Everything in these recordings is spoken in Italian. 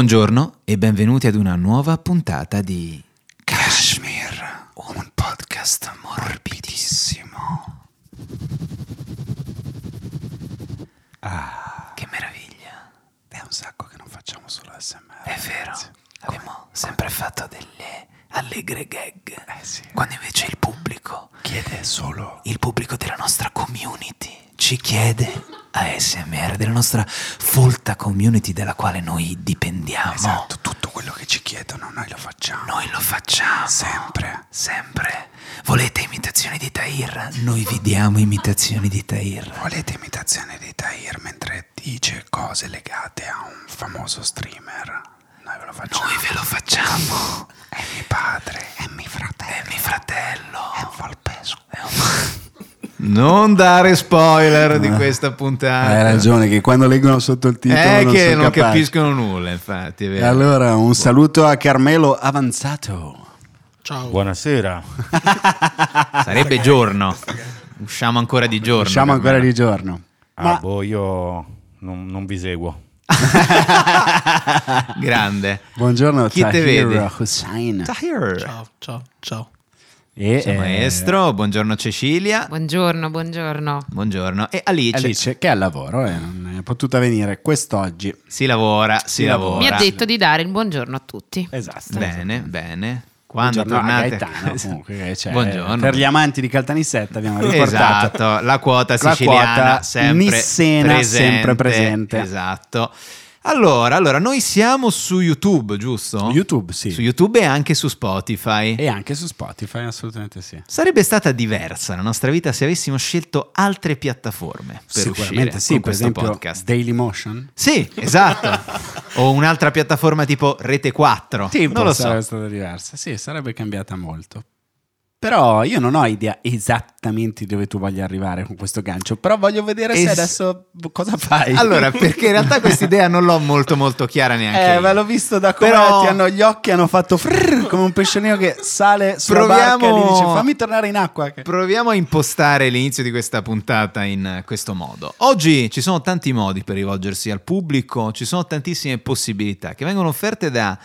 Buongiorno e benvenuti ad una nuova puntata di Kashmir, un podcast morbidissimo. Che meraviglia! Ah. È un sacco che non facciamo solo ASMR. È vero. ragazzi. Abbiamo sempre fatto delle allegre gag. Eh sì. Quando invece il pubblico, Chiede solo il pubblico della nostra community, ci chiede ASMR, della nostra folta community dalla quale noi dipendiamo. esatto, tutto quello che ci chiedono, noi lo facciamo. Noi lo facciamo. Sempre. Sempre. Volete imitazioni di Tahir? Noi vi diamo imitazioni di Tahir. Volete imitazione di Tahir mentre dice cose legate a un famoso streamer? Noi ve lo facciamo. Noi ve lo facciamo. È mio padre, è mio fratello, È mio fratello. è un volpesco. Non dare spoiler di questa puntata. Hai ragione che quando leggono sotto il titolo È Eh, non che sono non capaci. capiscono nulla, infatti. È E vero. Allora, un saluto a Carmelo Avanzato. Buonasera. Sarebbe giorno. Usciamo ancora di giorno. Usciamo ancora Carmelo. di giorno. Ah, boh, io non, non vi seguo. Grande. Buongiorno Chi te Tahir vede? Hussain. Tahir. Ciao, ciao, ciao. E, Ciao, eh, maestro. Buongiorno Cecilia. Buongiorno, buongiorno. Buongiorno. E Alice. Alice che è al lavoro e non è potuta venire quest'oggi. Si lavora, si, lavora. lavora. Mi ha detto di dare il buongiorno a tutti. Esatto. Bene, bene. Quando Buongiorno a tornate? Gaetano, comunque, che cioè, c'è. Buongiorno. Per gli amanti di Caltanissetta abbiamo riportato Esatto, la quota La siciliana quota sempre Nissena presente. sempre presente. Esatto. Allora, allora, noi siamo su YouTube, giusto? YouTube, sì. Su YouTube e anche su Spotify. E anche su Spotify, assolutamente sì. Sarebbe stata diversa la nostra vita se avessimo scelto altre piattaforme per uscire Sicuramente sì, con per questo esempio podcast. Dailymotion. Sì, esatto. o un'altra piattaforma tipo Rete 4. Sì, non lo so. sarebbe stata diversa. Sì, sarebbe cambiata molto. Però io non ho idea esattamente dove tu voglia arrivare con questo gancio. Però voglio vedere se Es- adesso cosa fai. Allora, perché in realtà questa idea non l'ho molto molto chiara neanche Eh, io. ve l'ho visto da come Però- ti hanno gli occhi hanno fatto frrr, come un pesciolino che sale sulla barca Proviamo- e gli dice fammi tornare in acqua. che-". Proviamo a impostare l'inizio di questa puntata in eh, questo modo. Oggi ci sono tanti modi per rivolgersi al pubblico, ci sono tantissime possibilità che vengono offerte da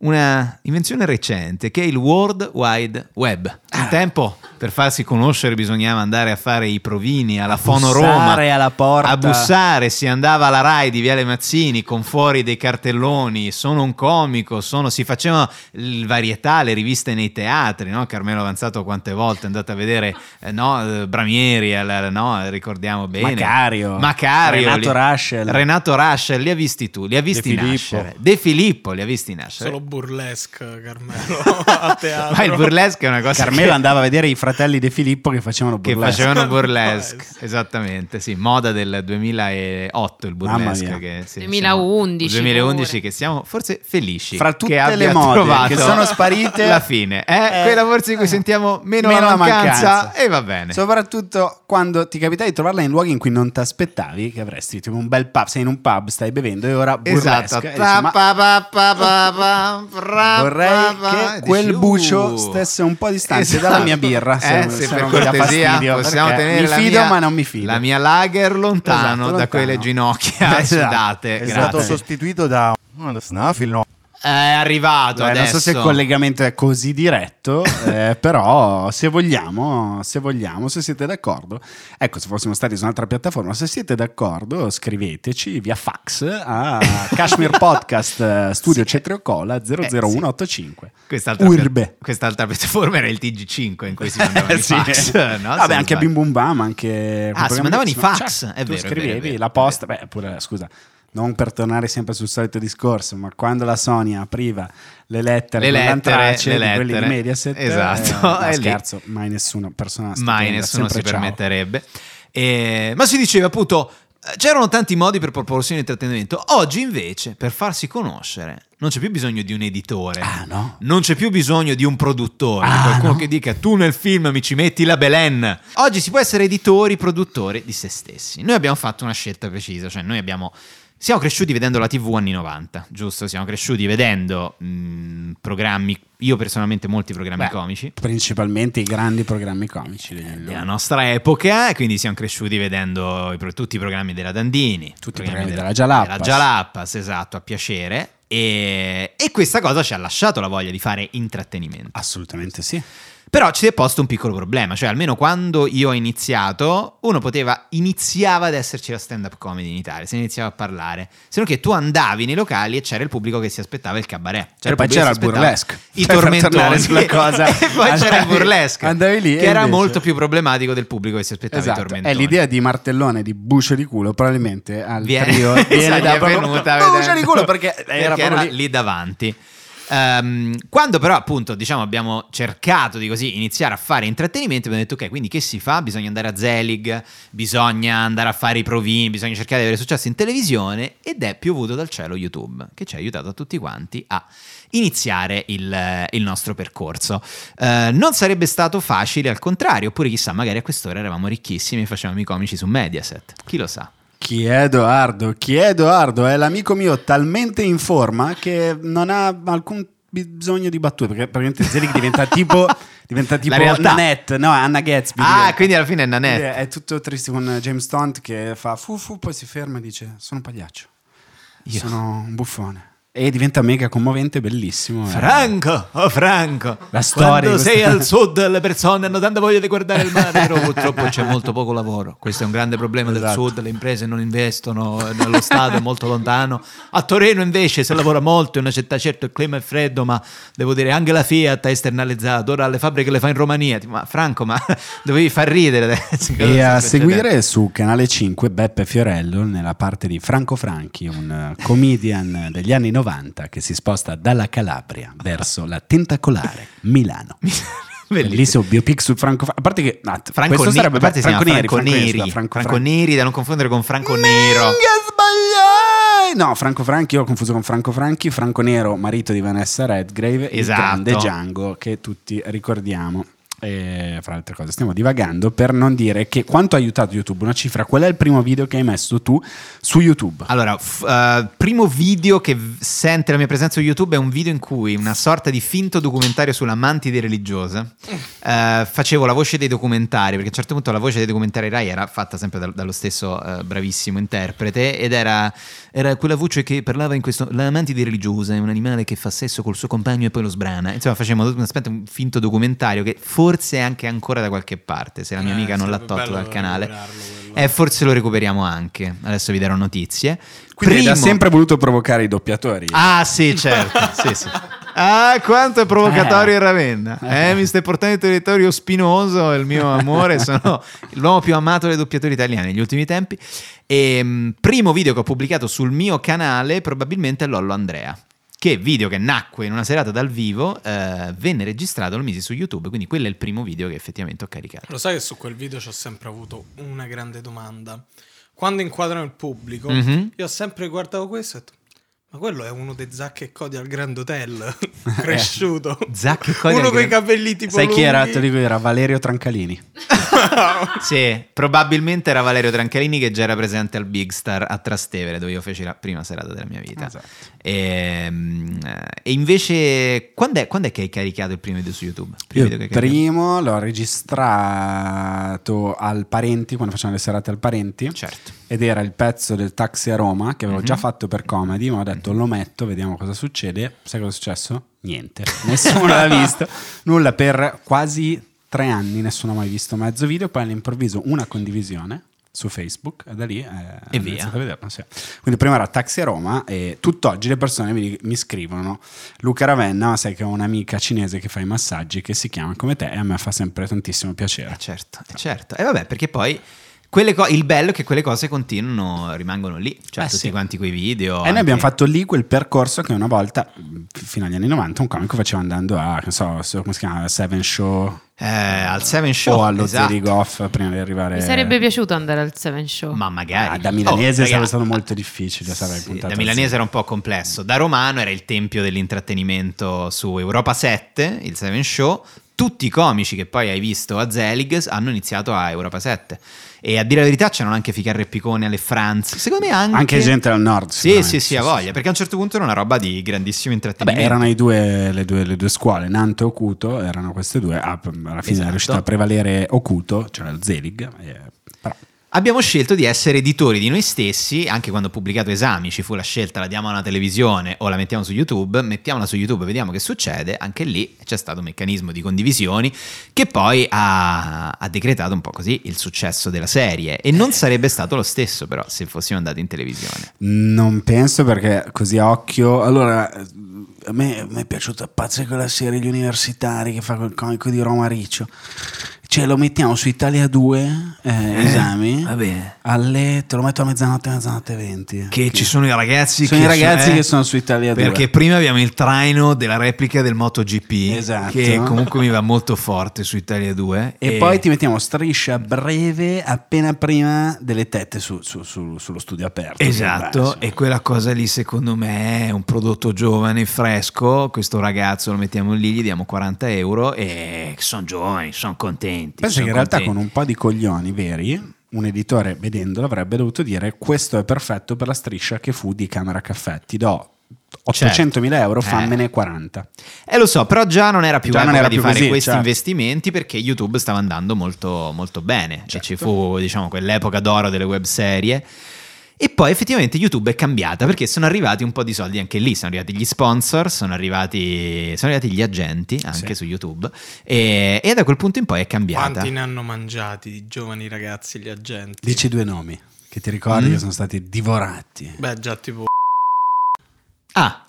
una invenzione recente che è il World Wide Web. Ah. Un tempo per farsi conoscere bisognava andare a fare i provini alla Fono Roma, bussare alla porta. a bussare, si andava alla Rai di Viale Mazzini con fuori dei cartelloni, sono un comico, sono- si facevano il varietà, le riviste nei teatri, no? Carmelo Avanzato quante volte è andato a vedere eh, no, eh, Bramieri, al- al- no? ricordiamo bene. Macario. Macario, Renato li- Raschel. Renato Raschel, li ha visti tu, li ha visti De Filippo. nascere. De Filippo li ha visti nascere. Solo burlesque, Carmelo, a teatro. Ma il burlesque è una cosa Carmelo che- andava a vedere i fratelli De Filippo che facevano che burlesque. facevano burlesque, Burlesque. esattamente, sì, moda del 2008 il Mamma burlesque mia. che, sì, 2011 siamo- 2011 pure. che siamo forse felici Fra tutte che le abbia mode trovato che sono sparite, la fine, eh? eh, quella forse di cui sentiamo meno, Meno la la mancanza, mancanza. e va bene. Soprattutto quando ti capita di trovarla in luoghi in cui non ti aspettavi, che avresti tipo un bel pub, sei in un pub, stai bevendo e ora burlesque. Esatto, e dici, Ta- "Ma pa- pa- pa- pa- pa- pra- pa- vorrei pa- che Dici, quel "Uh". bucio stesse un po' distante dalla Esatto. mia birra. Eh, se per non mi dà cortesia fastidio, possiamo perché tenere mi la fido, mia- ma non mi fido. La mia lager lontano Esatto, da lontano. quelle ginocchia Esatto, sudate. esatto. È stato Grazie. sostituito da uno snaffil, no? È arrivato Beh, adesso. non so se il collegamento è così diretto, eh, però se vogliamo, se vogliamo, se siete d'accordo, ecco, se fossimo stati su un'altra piattaforma, se siete d'accordo, scriveteci via fax a Kashmir Podcast eh, Studio Cetriocola 00185. Eh, Quest'altra, Urbe. quest'altra piattaforma era il TG5 in cui si mandavano i Sì. fax. no? Se Vabbè, non anche sbaglio. Bim Bum Bam, anche... Ah, si mandavano i fax, Cioè, è tu vero, è vero, scrivevi è vero, la è posta, beh, pure, scusa, non per tornare sempre sul solito discorso, ma quando la Sony apriva le lettere, Le con lettere, l'antrace le di quelli di lettere. Mediaset, Esatto, eh, no, è lì. scherzo, mai nessuna persona Mai stupenda, nessuno si sempre ciao. permetterebbe. Eh, ma si diceva appunto, eh, c'erano tanti modi per proporsi un intrattenimento. Oggi invece, per farsi conoscere, non c'è più bisogno di un editore. Ah, no? Non c'è più bisogno di un produttore, Ah, qualcuno no? che dica tu nel film mi ci metti la Belen. Oggi si può essere editori, produttori di se stessi. Noi abbiamo fatto una scelta precisa, cioè noi abbiamo... Siamo cresciuti vedendo la TV anni 90, giusto? Siamo cresciuti vedendo mh, programmi, io personalmente molti programmi Beh, comici Principalmente i grandi programmi comici eh, degli anni della novanta. nostra epoca, e quindi siamo cresciuti vedendo i pro- tutti i programmi della Dandini, Tutti i programmi programmi della Gialappas. della Gialappas, esatto, a piacere. E, e questa cosa ci ha lasciato la voglia di fare intrattenimento. Assolutamente sì. Però ci si è posto un piccolo problema, cioè almeno quando io ho iniziato, uno poteva, iniziava ad esserci la stand-up comedy in Italia, si iniziava a parlare, se no che tu andavi nei locali e c'era il pubblico che si aspettava il cabaret. Cioè, il poi pubblico c'era che si il aspettava burlesque. I Cioè, per tormentoni. tornare sulla cosa. e poi c'era il Andavi- burlesque. andavi lì e Che era invece- molto più problematico del pubblico che si aspettava i Esatto, tormentoni. è l'idea di martellone di bucio di culo probabilmente al Viene- trio esatto, viene da è proprio- venuta bucio vedendo. di culo perché era Perché proprio era lì. lì. davanti. Ehm, quando però appunto diciamo abbiamo cercato di così iniziare a fare intrattenimento abbiamo detto ok quindi che si fa? Bisogna andare a Zelig, bisogna andare a fare i provini, bisogna cercare di avere successo in televisione ed è piovuto dal cielo YouTube che ci ha aiutato a tutti quanti a iniziare il, il nostro percorso. Eh, non sarebbe stato facile al contrario oppure chissà magari a quest'ora eravamo ricchissimi e facevamo i comici su Mediaset, chi lo sa. Chi è Edoardo? Chi è Edoardo? È l'amico mio talmente in forma che non ha alcun bisogno di battute perché praticamente Zelig diventa tipo diventa tipo realtà. Nanette, no, Anna Gatsby. Ah diventa. quindi alla fine è Quindi Nanette. È tutto triste con James Stunt che fa fu fu, poi si ferma e dice sono un pagliaccio. Io. Sono un buffone. E diventa mega commovente, bellissimo. eh. Franco, oh Franco, La storia quando di sei questa- al sud le persone hanno tanta voglia di guardare il mare, però purtroppo c'è molto poco lavoro, questo è un grande problema del Esatto. sud, le imprese non investono, eh, lo Stato è molto lontano, a Torino invece si lavora molto, è una città certo il clima è freddo, ma devo dire anche la Fiat ha esternalizzato, ora le fabbriche le fa in Romania, Tipo, ma Franco ma dovevi far ridere adesso. cosa E sta succedendo? a seguire su Canale 5 Beppe Fiorello nella parte di Franco Franchi, un eh, comedian degli anni 90 che si sposta dalla Calabria verso la tentacolare Milano. Bellissimo biopic su Franco Franchi. A parte che no, Franco, questo Ni- sarebbe infatti si Franco chiama Neri, Franco Neri, Franco- Franco Franco Franchi. Neri, da non confondere con Franco Minchia, Nero. sbagliai! No, Franco Franchi, io l'ho confuso con Franco Franchi, Franco Nero, marito di Vanessa Redgrave, Esatto. il grande Django che tutti ricordiamo. E, fra le altre cose, stiamo divagando per non dire che quanto ha aiutato YouTube una cifra. Qual è il primo video che hai messo tu su YouTube? Allora, f- eh, primo video che v- sente la mia presenza su YouTube è un video in cui una sorta di finto documentario sulla mantide religiosa. Eh, facevo la voce dei documentari, perché a un certo punto la voce dei documentari Rai era fatta sempre dal- dallo stesso eh, bravissimo interprete ed era, era quella voce che parlava in questo... La mantide religiosa è un animale che fa sesso col suo compagno e poi lo sbrana. Insomma, facevamo un, aspetta, un finto documentario che forse è anche ancora da qualche parte, se la mia Eh, amica non l'ha sarebbe tolto bello dal canale. recuperarlo quello. Eh, forse lo recuperiamo anche. Adesso vi darò notizie. Quindi Primo- ha sempre voluto provocare i doppiatori. Ah, sì, certo. sì, sì. Ah, quanto è provocatorio il Ravenna. Eh, mi stai portando in territorio spinoso, il mio amore. Sono l'uomo più amato dei doppiatori italiani negli ultimi tempi. E, mh, primo video che ho pubblicato sul mio canale, probabilmente è Lollo Andrea. Che video che nacque in una serata dal vivo, eh, venne registrato, lo misi su YouTube, quindi quello è il primo video che effettivamente ho caricato. Lo sai che su quel video ci ho sempre avuto una grande domanda. Quando inquadrano il pubblico, Mhm. io ho sempre guardato questo e ho detto, ma quello è uno dei Zac e Cody al Grand Hotel, cresciuto. Eh, Zac e Cody Uno al con i Grand- capelli tipo Sai chi era? lunghi. Te lo dico, era Valerio Trancalini. Sì, probabilmente era Valerio Trancalini che già era presente al Big Star a Trastevere, dove io feci la prima serata della mia vita. Esatto. E, mm, e invece, quando è, quando è che hai caricato il primo video su YouTube? Primo Io video che hai il caricato? primo l'ho registrato al Parenti, quando facevamo le serate al Parenti. Certo. Ed era il pezzo del taxi a Roma che avevo già fatto per comedy, ma ho detto lo metto, vediamo cosa succede. Sai cosa è successo? Niente, nessuno l'ha visto. Nulla per quasi tre anni, nessuno ha mai visto mezzo video. Poi all'improvviso una condivisione su Facebook e da lì eh, ho via. iniziato a vederlo, sì. Quindi prima era Taxi a Roma e tutt'oggi le persone mi, mi scrivono Luca Ravenna, ma sai che ho un'amica cinese che fa i massaggi che si chiama come te e a me fa sempre tantissimo Eh, piacere. certo, eh, certo. E vabbè, perché poi quelle co- il bello è che quelle cose continuano, rimangono lì. Cioè, Eh, tutti sì. quanti quei video. E anche- Eh, noi abbiamo fatto lì quel percorso che una volta, mh, fino agli anni 90, un comico faceva andando a, che so, so- come si chiama, Seven Show Eh, al Seven Show. o allo esatto. Zeri Goff prima di arrivare... Mi sarebbe piaciuto andare al Seven Show. Ma magari. Ah, da milanese Oh, sarebbe raga, stato molto difficile, sarei Sì, puntato da al milanese era un po' complesso. Da romano era il tempio dell'intrattenimento su Europa 7, il Seven Show. Tutti i comici che poi hai visto a Zelig hanno iniziato a Europa 7. E a dire la verità c'erano anche Ficarre e Piccone alle Franz. Secondo me anche... Anche gente del nord, Sì, sì, sicuramente. sì, ha voglia. Perché a un certo punto era una roba di grandissimo Vabbè, intrattenimento. erano i due- le, due, le due scuole, Nanto e Ocuto, erano queste due, ah, p- alla fine Esatto. è riuscito a prevalere Ocuto, cioè il Zelig, eh, però abbiamo scelto di essere editori di noi stessi, anche quando ho pubblicato esami ci fu la scelta, la diamo alla televisione o la mettiamo su YouTube, mettiamola su YouTube e vediamo che succede, anche lì c'è stato un meccanismo di condivisioni che poi ha, ha decretato un po' così il successo della serie e Eh. non sarebbe stato lo stesso però se fossimo andati in televisione. Non penso perché così a occhio. Allora, eh, a me, a me è piaciuta pazza quella serie Gli Universitari che fa quel comico di Roma Riccio. Cioè, lo mettiamo su Italia 2 eh, esami. va bene. Alle, te lo metto a mezzanotte, mezzanotte e 20. Che ci sono i ragazzi, Sono che i ragazzi eh, che sono su Italia 2. Perché prima abbiamo il traino della replica del MotoGP, Esatto. che comunque mi va molto forte su Italia 2. E, poi ti mettiamo striscia breve appena prima delle tette su- su- su- sullo studio aperto. Esatto, Certo, Beh, e quella cosa lì secondo me è un prodotto giovane, fresco, questo ragazzo lo mettiamo lì, gli diamo 40 euro e sono giovani, sono contenti. Penso son che in realtà con contenti. un po' di coglioni veri, un editore vedendolo avrebbe dovuto dire questo è perfetto per la striscia che fu di Camera Caffè. Ti do 800.000 euro, Eh. fammene 40. Eh lo so, però già non era più Già non epoca era di più fare così, questi certo. investimenti perché YouTube stava andando molto, molto bene. Cioè, Certo. ci fu, diciamo, quell'epoca d'oro delle webserie. E poi effettivamente YouTube è cambiata perché sono arrivati un po' di soldi anche lì, sono arrivati gli sponsor, sono arrivati, sono arrivati gli agenti anche Sì. su YouTube e, e da quel punto in poi è cambiata. Quanti ne hanno mangiati i giovani ragazzi, gli agenti? Dici due nomi che ti ricordi Mm. che sono stati divorati. Beh, già tipo. Ah,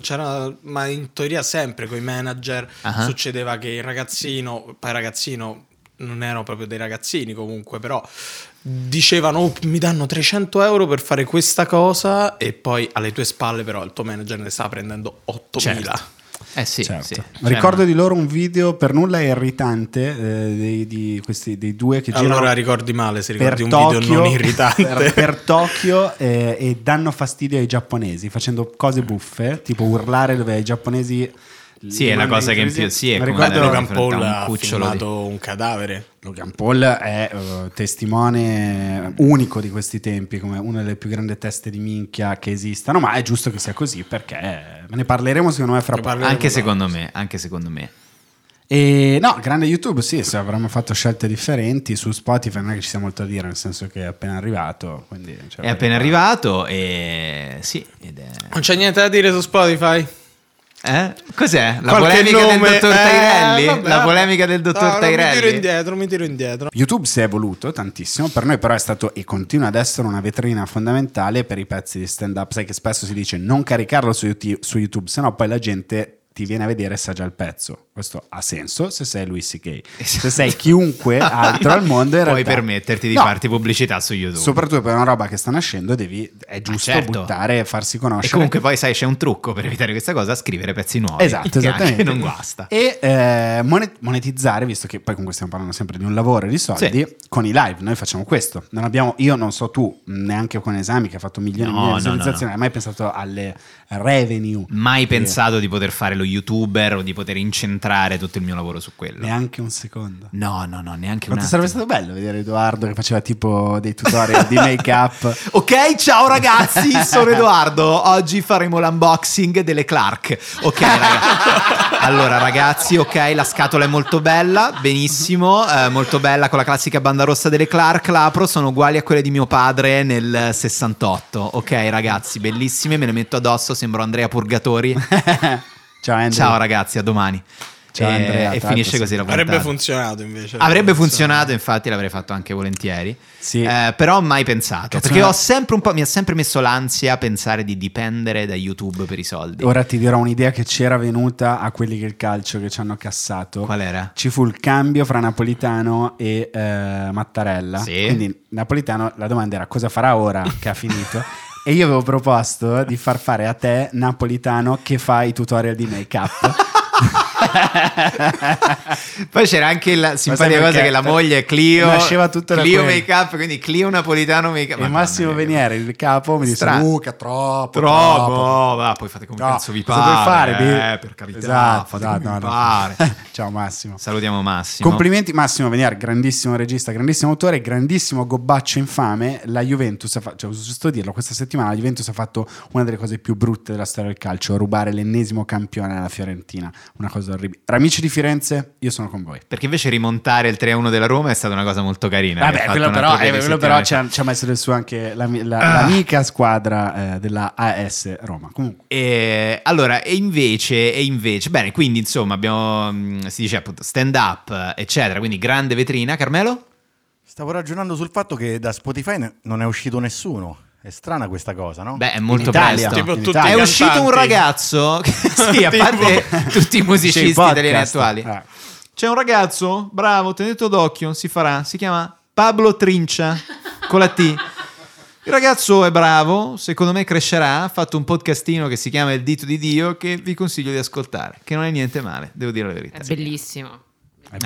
C'era, ma in teoria sempre con i manager Ah. succedeva che il ragazzino, poi ragazzino non erano proprio dei ragazzini comunque, però dicevano "Oh, mi danno 300 euro per fare questa cosa e poi alle tue spalle però il tuo manager ne sta prendendo 8000. eh sì, Certo. sì. Cioè, Ricordo ma- di loro un video per nulla irritante eh, dei, di questi, dei due che girano Allora ricordi male se per ricordi un Tokyo, video non irritante. per, per Tokyo eh, e danno fastidio ai giapponesi facendo cose buffe, tipo urlare dove i giapponesi... Sì, è la cosa che in più- sì, è Mi come Guarda, ricordo Guarda Logan di fronte a Paul un ha cucciolo di- filmato un cadavere. Logan Paul è eh, testimone unico di questi tempi, come una delle più grandi teste di minchia che esistano, ma è giusto che sia così perché ne parleremo secondo me fra Ne poco. parleremo Cioè, Anche dopo. secondo me, anche secondo me. E no, grande YouTube, sì, se avremmo fatto scelte differenti su Spotify non è che ci sia molto da dire, nel senso che è appena arrivato, quindi cioè, È appena arrivato e sì, ed è... Non c'è niente da dire su Spotify. Eh? Cos'è? La Qualche polemica nome, del dottor eh, Tairelli? vabbè. La polemica del No, dottor no, Mi tiro Tairelli? indietro, mi tiro indietro. YouTube si è evoluto tantissimo, per noi però è stato e continua ad essere una vetrina fondamentale per i pezzi di stand up, sai che spesso si dice non caricarlo su YouTube, su YouTube sennò poi la gente ti viene a vedere e sa già il pezzo. Questo ha senso se sei Louis C.K. Se sei chiunque altro al mondo in Esatto. Puoi realtà- permetterti di No, farti pubblicità su YouTube. Soprattutto per una roba che sta nascendo devi, è giusto certo. buttare e farsi e conoscere. comunque poi sai c'è un trucco per evitare questa cosa, scrivere pezzi nuovi. Esatto, che esattamente. anche non guasta. E eh, monet- monetizzare, visto che poi comunque stiamo parlando sempre di un lavoro e di soldi, Sì. con i live noi facciamo questo. Non abbiamo, io non so tu, neanche con esami che ha fatto milioni No, di no, Mm. visualizzazioni, hai mai pensato alle revenue? Mai Sì. pensato di poter fare lo youtuber o di poter incentrare tutto il mio lavoro su quello. Neanche un secondo. No, no, no, neanche un Quanto attimo. sarebbe stato bello vedere Edoardo che faceva tipo dei tutorial di make up. Ok, ciao ragazzi, sono Edoardo. Oggi faremo l'unboxing delle Clark. Ok, ragazzi. Allora, ragazzi, ok, la scatola è molto bella, benissimo, eh, molto bella con la classica banda rossa delle Clark. L'apro, sono uguali a quelle di mio padre nel 68. Ok, ragazzi, bellissime, me le metto addosso, sembro Andrea Purgatori. Ciao Andrea. Ciao ragazzi, a domani. Ciao, E- Andrea, e tanto finisce sì. così la Avrebbe puntata. funzionato invece. cioè, Avrebbe funzionato, infatti l'avrei fatto anche volentieri. Sì. Eh, però mai pensato. Cazzo, Perché ma- ho sempre un po'. Mi ha sempre messo l'ansia pensare di dipendere da YouTube per i soldi. Ora ti dirò un'idea che c'era venuta a quelli che il calcio che ci hanno cassato. Qual era? ci fu il cambio fra Napolitano e eh, Mattarella. Sì. Quindi Napolitano, la domanda era cosa farà ora che ha finito? E io avevo proposto di far fare a te Napolitano che fa i tutorial di make up. Poi c'era anche la simpatica perché? cosa che la moglie è Clio. Nasceva tutto da Clio quello. make up, quindi Clio napolitano make up. e Massimo Veniere, il capo, mi disse: Strano. Uh, che troppo! Troppo, va, poi fate come No, cazzo vi cosa puoi pare. fare, Bi- eh, per carità, Esatto, fate esatto, come vi no, no. pare. Ciao Massimo. Salutiamo Massimo. Complimenti Massimo Venier, grandissimo regista, grandissimo autore, grandissimo gobbaccio infame. La Juventus ha fatto, cioè giusto dirlo, questa settimana la Juventus ha fatto una delle cose più brutte della storia del calcio, rubare l'ennesimo campione alla Fiorentina. Una cosa orribile. Amici di Firenze, io sono con voi. Perché invece rimontare il 3-1 della Roma è stata una cosa molto carina. che ha Vabbè, fatto quello un però, altro paio eh, di quello però settimane ci ha, ci ha messo del suo anche la- Ah. la- l'amica squadra eh, della AS Roma. Comunque, E, Eh, allora, e invece, e invece, bene, quindi insomma abbiamo, mh, si dice appunto stand up, eccetera, quindi grande vetrina, Carmelo? Stavo ragionando sul fatto che da Spotify ne- non è uscito nessuno. È strana questa cosa, no? Beh, è molto Italia. presto. Tipo in tutti i Italia. È cantanti. uscito un ragazzo, che- sì, a Tipo- parte tutti i c'è musicisti il podcast. italiani attuali. Ah. C'è un ragazzo, bravo, tenetelo d'occhio, si farà, si chiama Pablo Trincia, con la T. Il ragazzo è bravo, secondo me crescerà, ha fatto un podcastino che si chiama Il dito di Dio che vi consiglio di ascoltare, che non è niente male, devo dire la verità. È bellissimo.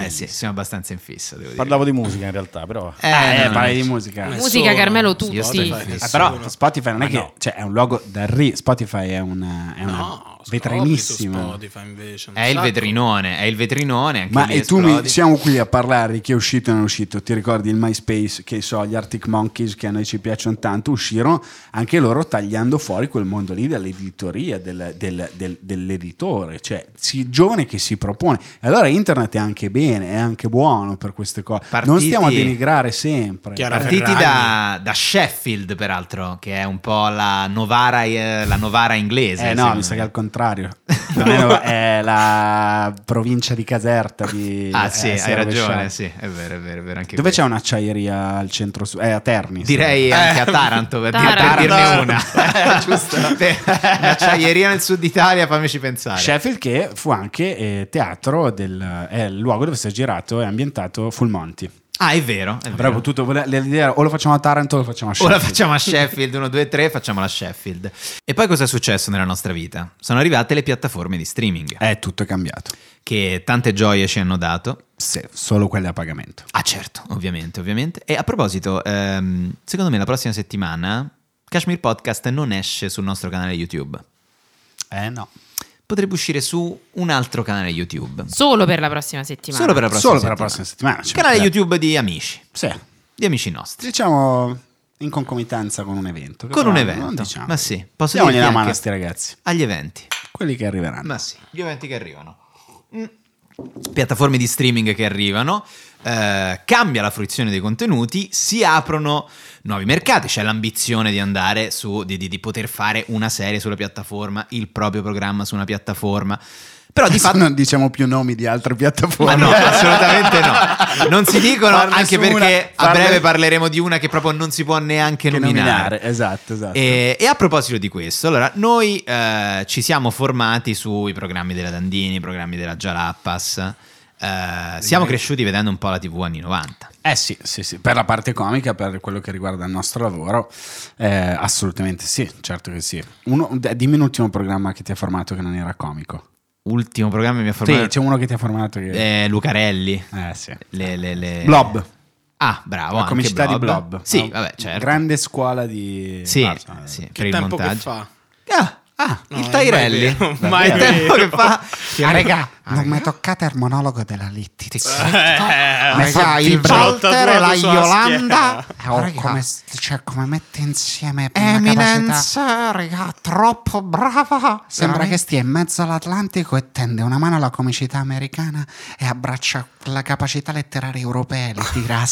Eh sì, siamo abbastanza in fissa, devo dire. Parlavo di musica in realtà, però. Eh, Ah, eh, no, no, parli di no. musica. Nessuno. Musica, Carmelo, tutti. Io sto in Spotify. Eh, fissa. però Spotify non è Ma che no. cioè, è un luogo da ri. Spotify è una, è una No, vetrinissima. scopri su Spotify invece. un È il sacco. vetrinone, è il vetrinone. Anche Ma lì e tu mi- esplodi. siamo qui a parlare di chi è uscito e non è uscito. Ti ricordi il MySpace, che so, gli Arctic Monkeys che a noi ci piacciono tanto, uscirono anche loro tagliando fuori quel mondo lì dall'editoria, del- del- del- dell'editore. Cioè, si, giovane che si propone. E Allora internet è anche bene, è anche buono per queste cose. non Partiti- stiamo a denigrare sempre. Chiaro. Partiti Ferragni. da, da Sheffield, peraltro, che è un po' la Novara, eh, la Novara inglese. Eh no, secondo mi sa me. che è al contrario. Non è, no- è la provincia di Caserta. Di, Ah, sì, eh, hai Serra Vesciano. ragione. Sì, è vero, è vero. È vero anche Dove c'è quello. un'acciaieria al centro sud? Eh, a Terni. Direi anche a Taranto per, dire- per Taranto. dirne una. Giusto. L'acciaieria nel sud Italia, fammici pensare. Sheffield che fu anche eh, teatro del è il luogo dove si è girato e ambientato Full Monty. ah, è vero. È Avrebbe vero. potuto vole- l'idea o lo facciamo a Taranto o lo facciamo a O la Sheffield. facciamo a Sheffield 1, 2, 3, facciamo la Sheffield. E poi cosa è successo nella nostra vita? Sono arrivate le piattaforme di streaming, Eh, tutto è cambiato. che tante gioie ci hanno dato, Se- solo quelle a pagamento. Ah certo, ovviamente, ovviamente. E a proposito, ehm, secondo me la prossima settimana Kashmir Podcast non esce sul nostro canale YouTube. Eh no. Potrebbe uscire su un altro canale YouTube. Solo per la prossima settimana. Solo per la prossima solo settimana. per la prossima settimana. ci Canale metterà- YouTube di amici, Sì. di amici nostri. Diciamo in concomitanza con un evento. che Con però un non evento. diciamo. Ma sì, posso Diamogli dirti una anche mano a sti ragazzi, agli eventi. quelli che arriveranno. Ma sì, gli eventi che arrivano. Mm. Piattaforme di streaming che arrivano, eh, cambia la fruizione dei contenuti, si aprono nuovi mercati, c'è l'ambizione di andare su, di, di- di poter fare una serie sulla piattaforma, il proprio programma su una piattaforma. Però di Adesso fatto... non diciamo più nomi di altre piattaforme. Ma no, assolutamente no. Non si dicono, Farne anche su una- perché a farne- breve parleremo di una che proprio non si può neanche Che nominare. nominare, esatto, esatto. E, e a proposito di questo, allora, noi eh, ci siamo formati sui programmi della Dandini, i programmi della Jalappas. eh, siamo cresciuti vedendo un po' la TV anni 90. Eh sì, sì, sì, per la parte comica, per quello che riguarda il nostro lavoro, eh, assolutamente sì, certo che sì. Uno- d- dimmi l'ultimo programma che ti ha formato che non era comico. Ultimo programma che mi ha Sì, formato c'è uno che ti ha formato che... eh, Lucarelli. Eh sì. le- le- le- Blob. Ah, bravo. la anche comicità di Blob. Blob. Sì, No, vabbè, certo. Grande scuola di... Sì, Ah, sì. sì, per Che il tempo montaggio. che fa? Ah, ah, No, il è Tairelli. mai vero, mai il tempo che vero. fa. Ah, raga, non mi toccate il monologo della Littizia. Ah, Eh, Ma fa il Walter e la Yolanda. Oh, come, cioè, come mette insieme Eminence, raga, troppo brava. Sembra che stia in mezzo all'Atlantico e tende una mano alla comicità americana e abbraccia la capacità letteraria europea e le tira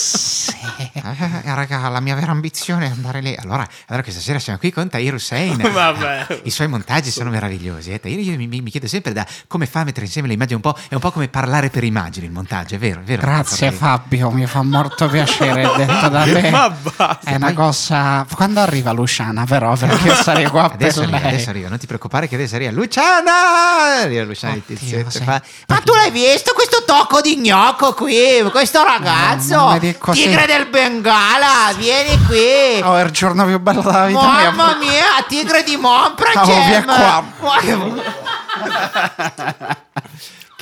raga, la mia vera ambizione è andare lì. Allora, allora questa sera siamo qui con Tahir Hussein. Vabbè. I suoi montaggi sono meravigliosi. Eh? Tahir, io mi, mi- mi chiedo sempre da come fa a mettere insieme le immagini. Un po', è un po' come parlare per immagini il montaggio, è vero? È vero Grazie Fa- Fabio, mi fa molto piacere, detto da te. Ma basta. È una cosa... Quando arriva Luciana però, perché sarei qua per Adesso arriva, lei. adesso arriva, non ti preoccupare che adesso arriva Luciana! Arriva Luciana il tizzetto sì. e fa, Ma tu l'hai visto questo tocco di gnocco qui? Questo ragazzo? non mi dico così. tigre del Bengala, vieni qui! Oh, è il giorno più bello della vita mia. Mamma mia, tigre di Monpracem! Stavo via qua. Guarda-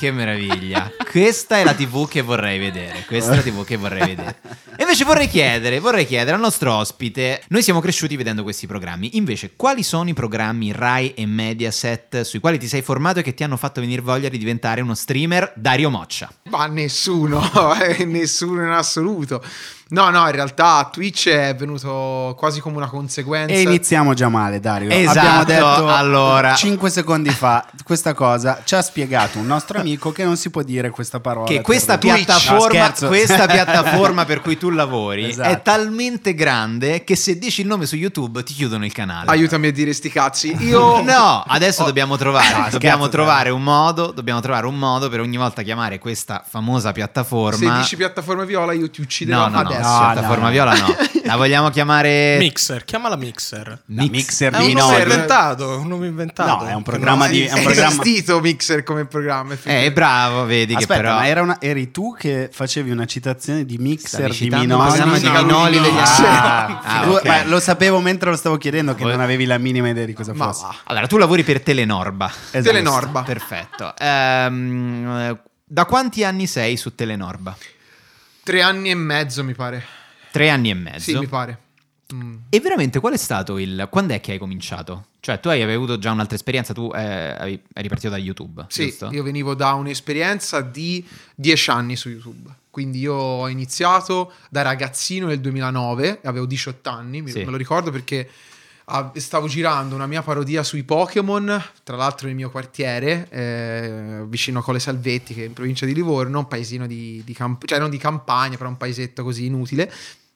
che meraviglia. Questa è la TV che vorrei vedere. Questa è la TV che vorrei vedere. E invece vorrei chiedere, vorrei chiedere al nostro ospite. Noi siamo cresciuti vedendo questi programmi. Invece, quali sono i programmi Rai e Mediaset sui quali ti sei formato e che ti hanno fatto venire voglia di diventare uno streamer? Dario Moccia. Ma nessuno, eh, nessuno in assoluto. No, no, in realtà Twitch è venuto quasi come una conseguenza. E iniziamo già male, Dario. Esatto, Abbiamo detto allora. 5 secondi fa questa cosa. Ci ha spiegato un nostro amico che non si può dire questa parola. Che per questa Twitch. No, piattaforma, scherzo. questa piattaforma per cui tu lavori Esatto. è talmente grande che se dici il nome su YouTube ti chiudono il canale. Aiutami a dire sti cazzi. Io No, adesso dobbiamo trovare, No, scherzo, dobbiamo dai. trovare un modo, dobbiamo trovare un modo per ogni volta chiamare questa famosa se piattaforma. dici piattaforma viola io ti ucciderò no, no, no, adesso. No, piattaforma Ah, no. viola no. La vogliamo chiamare Mixer, chiamala Mixer. No, mixer È un di nome Mixer. no. inventato, un nome inventato. No, è un programma di. È un È programma... esistito Mixer come programma. Eh, bravo, vedi Aspetta, che però ma era una- eri tu che facevi una citazione di mixer Stavi di citando Minoli. un programma di Musica Minoli Luminol. degli Ah, anni Ah, Ah, figu- ok. ma lo sapevo mentre lo stavo chiedendo che Voi- non avevi la minima idea di cosa Ma fosse. va. Allora, tu lavori per Telenorba. Esatto. Telenorba. Perfetto. Ehm, da quanti anni sei su Telenorba? Tre anni e mezzo mi pare. Tre anni e mezzo. Sì, mi pare. Mm. E veramente qual è stato il... Quando è che hai cominciato? Cioè, tu hai avuto già un'altra esperienza, tu eh, hai hai ripartito da YouTube, Sì, giusto? io venivo da un'esperienza di 10 anni su YouTube. Quindi io ho iniziato da ragazzino nel 2009, avevo 18 anni, mi- Sì. me lo ricordo perché ah, stavo girando una mia parodia sui Pokémon, tra l'altro nel mio quartiere, eh, vicino a Cole Salvetti, che è in provincia di Livorno, un paesino di, di camp- cioè non di campagna, però un paesetto così inutile.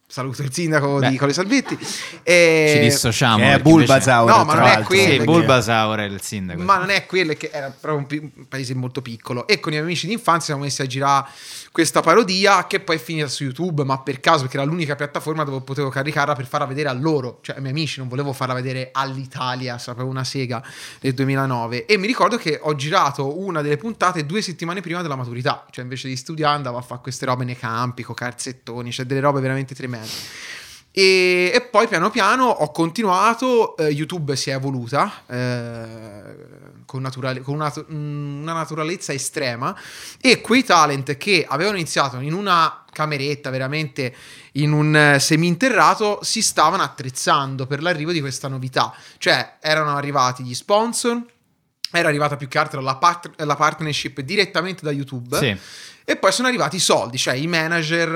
Saluto il sindaco Beh. di Cole Salvetti. E... Ci dissociamo. Che è perché invece- eh, Bulbasaur. Eh, No, ma tra non è l'altro. quello, Sì, perché- Bulbasaur è il sindaco. Ma non è quello, è che era proprio un, pi- un paese molto piccolo. E con i miei amici d'infanzia siamo messi a girare questa parodia che poi è finita su YouTube, ma per caso, perché era l'unica piattaforma dove potevo caricarla per farla vedere a loro, cioè ai miei amici, non volevo farla vedere all'Italia, sapevo una sega nel 2009. E mi ricordo che ho girato una delle puntate due settimane prima della maturità, cioè invece di studiare andavo a fare queste robe nei campi, con calzettoni, cioè delle robe veramente tremende. E, e poi piano piano ho continuato, eh, YouTube si è evoluta eh, con, naturale- con una, mm, una naturalezza estrema e quei talent che avevano iniziato in una cameretta veramente in un eh, seminterrato si stavano attrezzando per l'arrivo di questa novità, cioè erano arrivati gli sponsor, era arrivata più che altro la, part- la partnership direttamente da YouTube. Sì. E poi sono arrivati i soldi, cioè i manager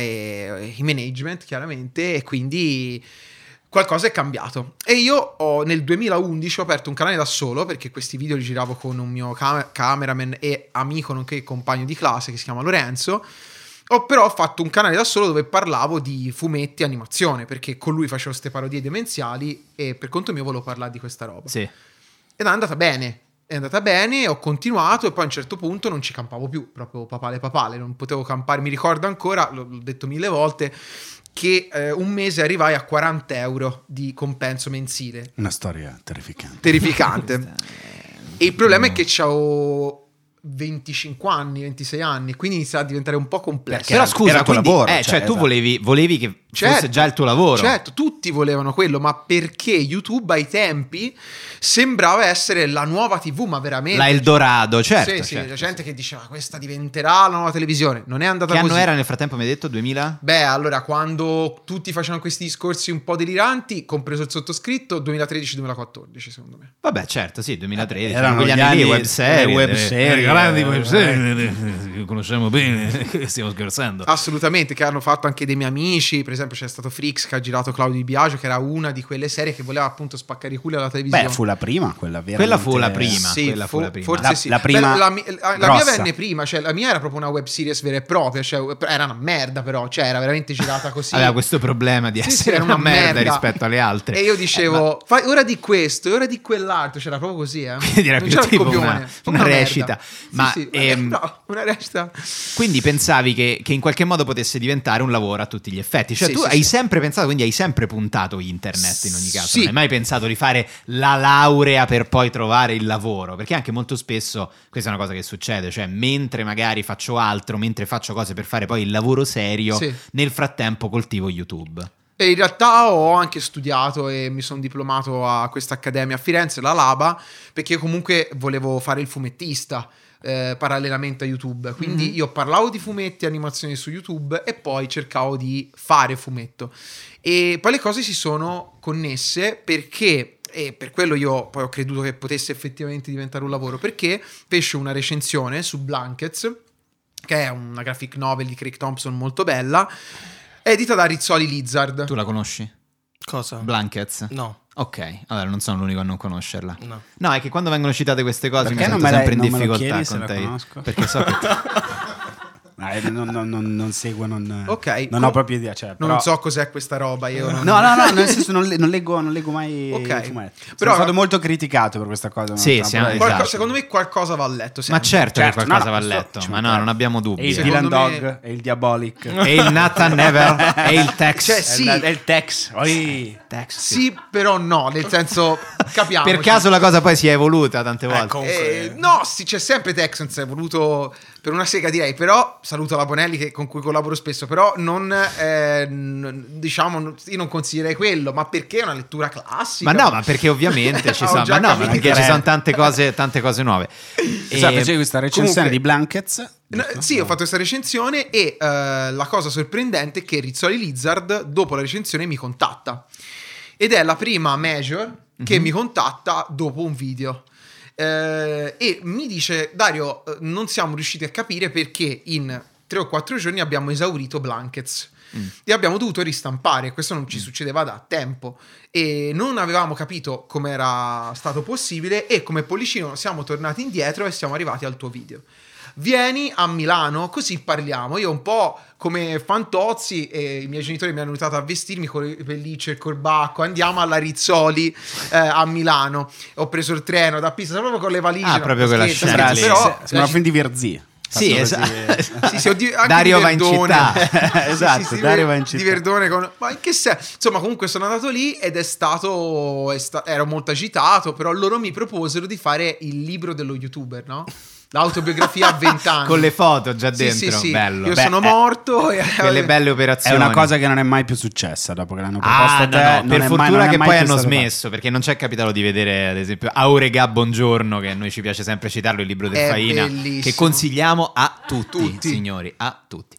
eh, e i management chiaramente, e quindi qualcosa è cambiato. E io ho- nel 2011 ho aperto un canale da solo perché questi video li giravo con un mio cam- cameraman e amico, nonché compagno di classe che si chiama Lorenzo. Ho però fatto un canale da solo dove parlavo di fumetti e animazione perché con lui facevo queste parodie demenziali e per conto mio volevo parlare di questa roba Sì. ed è andata bene. È andata bene, ho continuato e poi a un certo punto non ci campavo più, proprio papale papale, non potevo campare. Mi ricordo ancora, l'ho l'ho detto mille volte, che eh, un mese arrivai a 40 euro di compenso mensile. Una storia terrificante. Terrificante. e il problema è Mm. che c'avevo 25 anni, 26 anni, quindi inizia a diventare un po' complesso. Però era- scusa, era tuo quindi- lavoro, eh, cioè, cioè, tu esatto. volevi, volevi che fosse Certo. già il tuo lavoro. Certo, tutti volevano quello, ma perché YouTube ai tempi sembrava essere la nuova TV, ma veramente... La Eldorado, certo. sì, sì, certo. la gente che diceva questa diventerà la nuova televisione. Non è andata Che anno così. era nel frattempo, mi hai detto? 2000? Beh, allora, quando tutti facevano questi discorsi un po' deliranti, compreso il sottoscritto, 2013-2014, secondo me. Vabbè, certo, sì, 2013. Erano quegli gli anni lì, anni- web serie. le web eh, serie, le grandi eh, web serie. eh, Conosciamo bene, stiamo scherzando. Assolutamente, che hanno fatto anche dei miei amici. Per esempio, c'è stato Frix che ha girato Claudio Di Biagio, che era una di quelle serie che voleva appunto spaccare i culi alla televisione. Beh, fu la prima quella vera. Quella fu la Eh, prima. Sì, quella fu fo- la prima. Forse La- sì. la prima Beh, la, mi- la- la mia grossa. venne prima, cioè la mia era proprio una web series vera e propria, cioè era una merda però, cioè era veramente girata così. Aveva questo problema di Sì, sì, essere era una merda rispetto alle altre. E io dicevo, fai ora di questo e ora di quell'altro. C'era proprio così, eh. Quindi era Non più c'era il tipo copione, una- proprio una merda. recita. Sì, Ma, sì, ehm, no, una recita. Quindi pensavi che, che in qualche modo potesse diventare un lavoro a tutti gli effetti. Cioè, Sì, tu sì, hai sì. sempre pensato, quindi hai sempre puntato internet in ogni caso. Sì. Non hai mai pensato di fare la laurea per poi trovare il lavoro. Perché anche molto spesso questa è una cosa che succede. Cioè, mentre magari faccio altro, mentre faccio cose per fare poi il lavoro serio, Sì. nel frattempo coltivo YouTube. E in realtà ho anche studiato e mi sono diplomato a questa accademia a Firenze, la Laba, perché io comunque volevo fare il fumettista. eh, parallelamente a YouTube. Quindi Mm-hmm. io parlavo di fumetti e animazioni su YouTube e poi cercavo di fare fumetto. E poi le cose si sono connesse perché, e per quello io poi ho creduto che potesse effettivamente diventare un lavoro, perché fece una recensione su Blankets, che è una graphic novel di Craig Thompson molto bella, edita da Rizzoli Lizard. Tu la conosci? Cosa? Blankets? no, Ok, allora non sono l'unico a non conoscerla. no. No, è che quando vengono citate queste cose Perché mi non sento me la- sempre in non me lo difficoltà chiedi se con la te. conosco? Perché so che Dai, Eh, non, non- non- non seguo, non, Ok, non com- ho proprio idea. Cioè, Non però- Eh. so cos'è questa roba, io non... No, no, no, nel senso non, le- non leggo, non leggo mai Ok. i fumetti. Sono Però- stato molto criticato per questa cosa. Sì, no? siamo- Qualco- esatto. Secondo me qualcosa va letto. Ma sempre. certo, Certo, che qualcosa no, va questo letto, ci ma manca. no, non abbiamo E il dubbi. Secondo Dylan me- Dog, e il Diabolic. E il Nathan Never, e il Tex. Cioè, È sì, la- è il Tex. Oi. sì, però no, nel senso, capiamo. Per caso la cosa poi si è evoluta tante volte. Ecco. Eh, no, sì, c'è sempre Texans, è voluto per una sega direi, però saluto la Bonelli che- con cui collaboro spesso, però non, eh, n- diciamo, n- io non considererei quello, ma perché è una lettura classica? Ma no, ma perché ovviamente ci Ho sono, ma già no, ma capito. perché ci sono tante cose, tante cose nuove. Esatto, E- facevi questa recensione comunque- di Blankets. No, giusto? sì, ho fatto questa recensione e eh, la cosa sorprendente è che Rizzoli Lizard dopo la recensione mi contatta. Ed è la prima major che mi contatta dopo un video. Eh, e mi dice, Dario, eh, non siamo riusciti a capire perché in tre o quattro giorni abbiamo esaurito Blankets. E abbiamo dovuto ristampare, questo non ci succedeva da tempo e non avevamo capito come era stato possibile e come Pollicino siamo tornati indietro e siamo arrivati al tuo video vieni a Milano, così parliamo. Io un po' come Fantozzi, e i miei genitori mi hanno aiutato a vestirmi con le pellicce, il corbacco, andiamo alla Rizzoli eh, a Milano. Ho preso il treno da Pisa, proprio con le valigie. Ah, no, proprio quella scherzo, scena scherzo, lì. Però, Sembra un film di Verzi. Sì, Fatto esatto. sì, sì, oddio, anche Dario di va in Verdone. città. Esatto, Sì, sì, di Dario Ver- va in città. Di Verdone con... Ma in che senso? Insomma, comunque sono andato lì ed è stato... è sta- Ero molto agitato, però loro mi proposero di fare il libro dello youtuber, no? L'autobiografia a 20 anni. con le foto già Sì, dentro, sì, sì. bello. Io Beh, sono eh, morto e Quelle belle operazioni. È una cosa che non è mai più successa dopo che l'hanno proposta. Ah, a no, te, no, non per è mai- fortuna non è che mai poi più hanno stato smesso, perché non c'è capitato di vedere, ad esempio, Auregà Buongiorno, che a noi ci piace sempre citarlo, il libro del È Faina, bellissimo. che consigliamo a tutti, Tutti. signori, a tutti.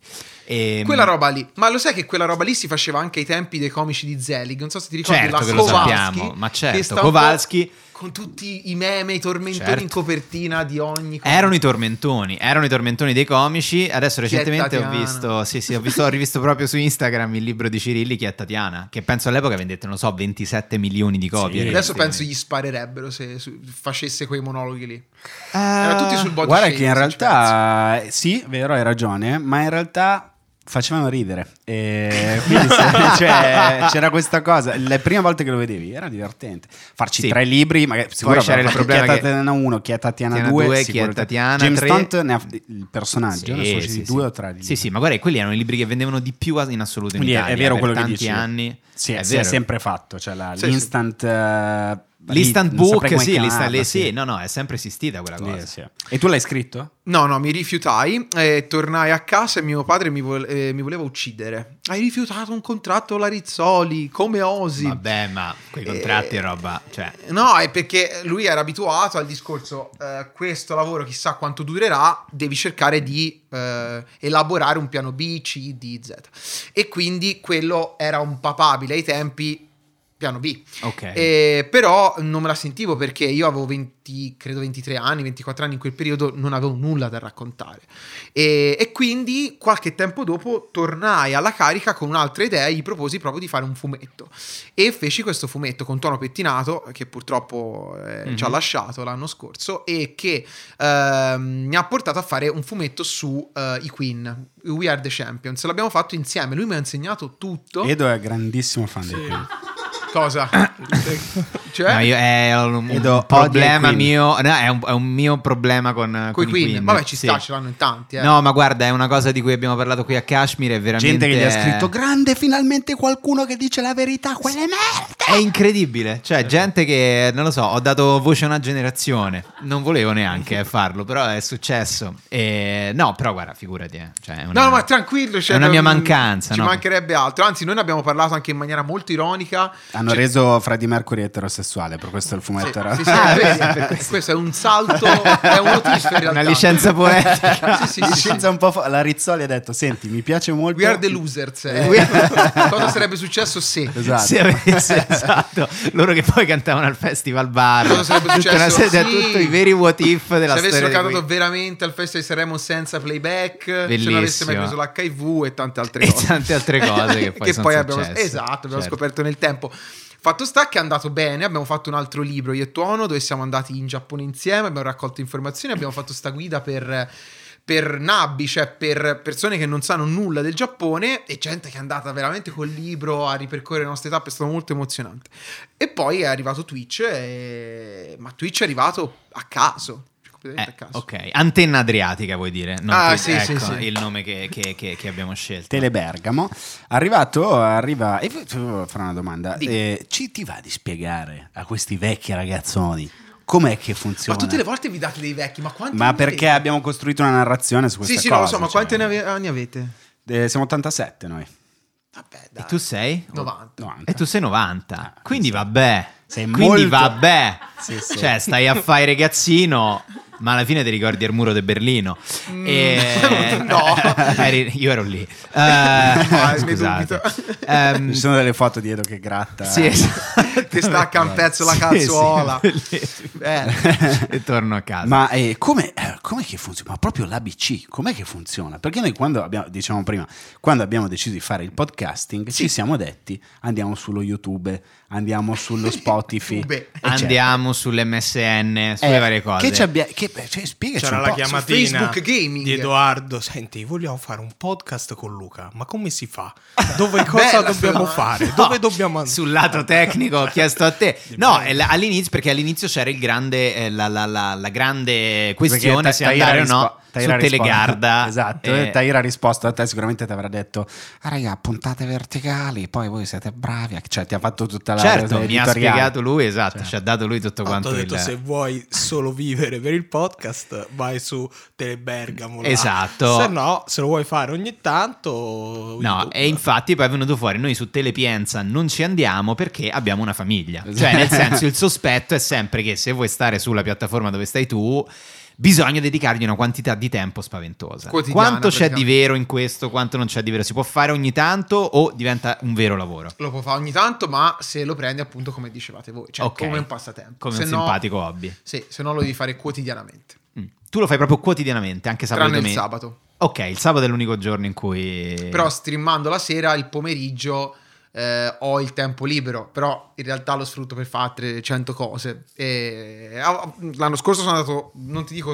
Ehm, E, Quella roba lì. Ma lo sai che quella roba lì si faceva anche ai tempi dei comici di Zelig? Non so se ti ricordi Certo la che lo Kowalski, sappiamo, ma che certo, sta un po' Kowalski- Con tutti i meme, i tormentoni Certo. in copertina di ogni cosa. Erano i tormentoni, erano i tormentoni dei comici. Adesso Chi è recentemente ho Tatiana? visto, sì, sì, ho visto, ho rivisto proprio su Instagram il libro di Cirilli che è Tatiana, che penso all'epoca vendette, non so, 27 milioni di copie. Sì. Adesso Eh, penso gli sparerebbero se su- facesse quei monologhi lì. eh, Erano tutti sul body Guarda che shaming, in se ci pensi. realtà, cioè. sì, vero, hai ragione, ma in realtà facevano ridere. E quindi, se- cioè, c'era questa cosa. Le prime volte che lo vedevi era divertente. Farci Sì. tre libri, magari sicuro c'era avrà il fatto problema chi è che- Tatiana 1, chi è Tatiana Tatiana 2, due, chi è sicuro. Tatiana James tre. Hunt ne ha il personaggio, ne ha sì, solo sì, due sì. o tre libri. Sì, sì, ma guarda, quelli erano i libri che vendevano di più in assoluto in Quindi è- Italia. è vero per quello che tanti dici. anni. Sì, è si è vero. sempre fatto. Cioè la- Sì, l'instant. eh, L'instant non saprei book, come sì, l'instant, chiamarla, sì. no, no, è sempre esistita quella cosa. Lì, sì. E tu l'hai scritto? No, no, mi rifiutai, eh, tornai a casa e mio padre mi, vol- eh, mi voleva uccidere. Hai rifiutato un contratto alla Rizzoli, come osi? Vabbè, ma quei contratti Eh, e roba, cioè... No, è perché lui era abituato al discorso, eh, questo lavoro chissà quanto durerà, devi cercare di eh, elaborare un piano B, C, D, Z. E quindi quello era un papabile ai tempi, piano B. Ok. Eh, però non me la sentivo perché io avevo 20, credo 23 anni, 24 anni in quel periodo, non avevo nulla da raccontare. E, e quindi qualche tempo dopo tornai alla carica con un'altra idea e gli proposi proprio di fare un fumetto. E feci questo fumetto con Tono Pettinato, che purtroppo eh, Mhm. ci ha lasciato l'anno scorso, e che ehm, mi ha portato a fare un fumetto su eh, i Queen, We Are the Champions. L'abbiamo fatto insieme, lui mi ha insegnato tutto. Edo è grandissimo fan di Queen. Cosa? cioè... No, io- è un, un Edo, odia problema i Queen. mio, no, è, un, è un mio problema con, Coi con i Queen. Queen, Vabbè, ci sì. sta, ce l'hanno in tanti. Eh. No, ma guarda, è una cosa di cui abbiamo parlato qui a Kashmir, è veramente... Gente che gli ha scritto: Grande, finalmente qualcuno che dice la verità, quelle merda. È incredibile, Certo. cioè gente che, non lo so, ho dato voce a una generazione, non volevo neanche farlo, però è successo. E... No, però guarda, figurati, eh. cioè, è una- No, no, ma tranquillo. Cioè, è una mia non- mancanza, Ci no? mancherebbe altro. Anzi, noi ne abbiamo parlato anche in maniera molto ironica. A Hanno Cioè- reso Freddie Mercury eterosessuale, per questo il fumetto Sì, era... sì, sì, vedi, per questo. questo è un salto, è un twist in realtà. Una licenza poetica. Sì, sì, sì, sì. Scienza un po' fa- la Rizzoli ha detto, senti, mi piace molto... We are the losers. eh. Cosa sarebbe successo se? Esatto. Se avesse- esatto, loro che poi cantavano al festival bar, Cosa sarebbe Tutta una successo? serie- Sì. tutti i veri what if della se avessero storia. di cantato Queen. veramente al Festival di Sanremo senza playback, se Bellissimo. non avesse mai preso l'HIV e tante altre E cose. tante altre cose che poi sono abbiamo successe. Esatto, abbiamo Certo. scoperto nel tempo. Fatto sta che è andato bene, abbiamo fatto un altro libro io e Tuono dove siamo andati in Giappone insieme, abbiamo raccolto informazioni, abbiamo fatto sta guida per per nabbi, cioè per persone che non sanno nulla del Giappone e gente che è andata veramente col libro a ripercorrere le nostre tappe, è stato molto emozionante. E poi è arrivato Twitch, e- ma Twitch è arrivato a caso, cioè completamente Eh, a caso. ok, Antenna Adriatica vuoi dire? Non Ah, Twitch, sì, sì, ecco, sì. il nome che, che- che- che abbiamo scelto. Telebergamo. Arrivato, arriva. E farò una domanda. Eh, ci ti va di spiegare a questi vecchi ragazzoni com'è che Ma funziona? tutte le volte vi date dei vecchi, ma quanti Ma ne perché avete? abbiamo costruito una narrazione su questa Sì, sì, cosa? non lo so, ma cioè. quanti ne ave- anni avete? Eh, siamo 87 noi. Vabbè, dai. E tu sei? 90. 90. E tu sei 90. Ah, Quindi sì. vabbè. Sei Quindi molto- vabbè. Sì, sì. Cioè, stai a fare ragazzino, ma alla fine ti ricordi il muro di Berlino. Mm. E- no. Eri- io ero lì. Eh, ne scusate. dubito. Ehm, Ci sono delle foto dietro che gratta. sì, esatto. Che stacca un pezzo la Sì, cazzuola. Eh, sì, bellissimo. e torno a casa. Eh. Ma eh, come eh, com'è che funziona? Ma proprio l'ABC, com'è che funziona? Perché noi quando abbiamo, diciamo prima, quando abbiamo deciso di fare il podcasting, ci siamo detti andiamo sullo YouTube, andiamo sullo Spotify, YouTube. eccetera. Andiamo sull'MSN, sulle certo. Eh, varie cose. Che ci abbia, che, cioè, spiegaci C'era un la po'. chiamatina Facebook Gaming. di Edoardo. Senti, vogliamo fare un podcast con Luca, ma come si fa? Dove cosa Bella dobbiamo sta- fare? No, Dove dobbiamo andare? Sul lato tecnico ho chiesto a te. No, è la- all'inizio, perché all'inizio c'era il grande, eh, la, la- la- la grande questione Perché se Ta- Taira andare o rispo- no su Taira risponde- Telegarda. Esatto, Eh, e Taira ha risposto a te, sicuramente ti avrà detto, Ah, raga, puntate verticali, poi voi siete bravi. a- cioè ti ha fatto tutta la certo, mi ha l'editoriale. Certo. spiegato lui, esatto, ci ha dato lui tutto Ho quanto detto, il... se vuoi solo vivere per il podcast, vai su Telebergamo. là. Esatto. Se no, se lo vuoi fare ogni tanto... No, YouTube. e infatti poi è venuto fuori, noi su Telepienza non ci andiamo perché abbiamo una famiglia. Esatto. Cioè, nel senso, il sospetto è sempre che se vuoi stare sulla piattaforma dove stai tu, bisogna dedicargli una quantità di tempo spaventosa. Quotidiana, quanto c'è di praticamente. vero in questo, quanto non c'è di vero? Si può fare ogni tanto o diventa un vero lavoro? Lo può fare ogni tanto, ma se lo prendi appunto come dicevate voi, cioè Ok. come un passatempo. Come Se un no- simpatico hobby. Sì, se no lo devi fare quotidianamente, Mm. Tu lo fai proprio quotidianamente, anche sabato e tranne il domenica. sabato. Ok, il sabato è l'unico giorno in cui... Però streamando la sera, il pomeriggio eh, ho il tempo libero, però in realtà lo sfrutto per fare altre 100 cose. E- ah, L'anno scorso sono andato, non ti dico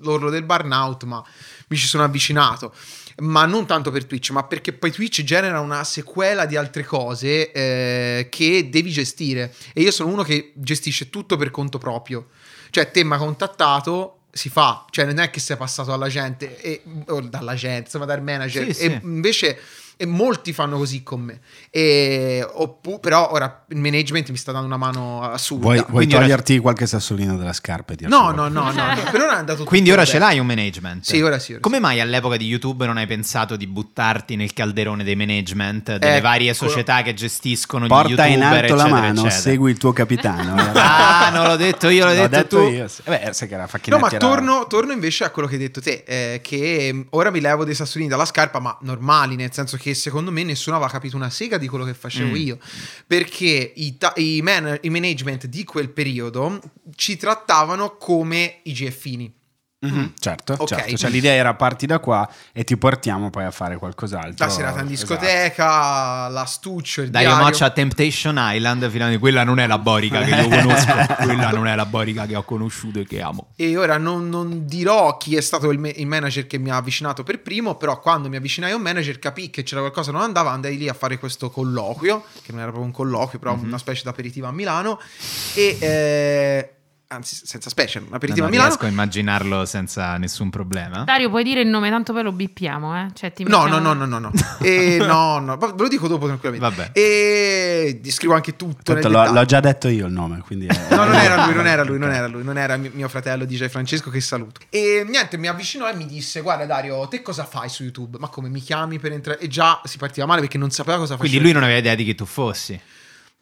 sull'orlo del burnout, ma mi ci sono avvicinato. Ma non tanto per Twitch, ma perché poi Twitch genera una sequela di altre cose eh, che devi gestire. E io sono uno che gestisce tutto per conto proprio. Cioè, te mi ha contattato, si fa, cioè non è che sei passato alla gente, e, o dalla gente, insomma dal manager, Sì, e sì. invece e molti fanno così con me. E, oppu- però ora il management mi sta dando una mano assurda. Vuoi, vuoi Quindi ora- toglierti qualche sassolino dalla scarpa? e dirci No, qualcosa? no, no, no, no. per ora è andato tutto Quindi ora bene. ce l'hai un management? Sì, ora sì. ora Come mai all'epoca di YouTube non hai pensato di buttarti nel calderone dei management, delle Ecco. varie società che gestiscono gli Porta youtuber, in alto la eccetera, mano, eccetera. segui il tuo capitano. Ah, non l'ho detto io, l'ho L'ho detto, tu. io. sì. Eh Beh, sai che era No, ma Facchinetti era- Mhm, torno, torno invece a quello che hai detto te, eh, che mm, ora mi levo dei sassolini dalla scarpa, ma normali, nel senso che secondo me nessuno aveva capito una sega di quello che facevo Mm. io, perché i, ta- i man- i management di quel periodo ci trattavano come i GFini. Mm-hmm. Mhm, Certo, Ok. certo. Cioè, l'idea era parti da qua e ti portiamo poi a fare qualcos'altro. La serata in Esatto. discoteca, l'astuccio, il Dario diario. Moccia a Temptation Island, fino a... quella non è la borica che io conosco, quella non è la borica che ho conosciuto e che amo. E ora non, non dirò chi è stato il, me- il manager che mi ha avvicinato per primo, però quando mi avvicinai a un manager capì che c'era qualcosa che non andava, andai lì a fare questo colloquio, che non era proprio un colloquio, però Mhm. una specie di aperitivo a Milano, e... eh, anzi, senza specie, un Non aperitivo a Milano. riesco a immaginarlo senza nessun problema. Dario, puoi dire il nome, tanto poi lo bippiamo, eh? Cioè, ti No, no, mettiamo- no, no, no, no. E no, no, va- ve lo dico dopo tranquillamente. Vabbè. E ti scrivo anche tutto. Tanto nel l'ho, dettaglio. l'ho già detto io il nome, quindi... No, non era lui, non era lui, non era lui, non era mi- mio fratello DJ Francesco che saluto. E niente, mi avvicinò e mi disse: Guarda, Dario, te cosa fai su YouTube? Ma come mi chiami per entrare? E già si partiva male perché non sapeva cosa Quindi faceva. lui non aveva idea di chi tu fossi.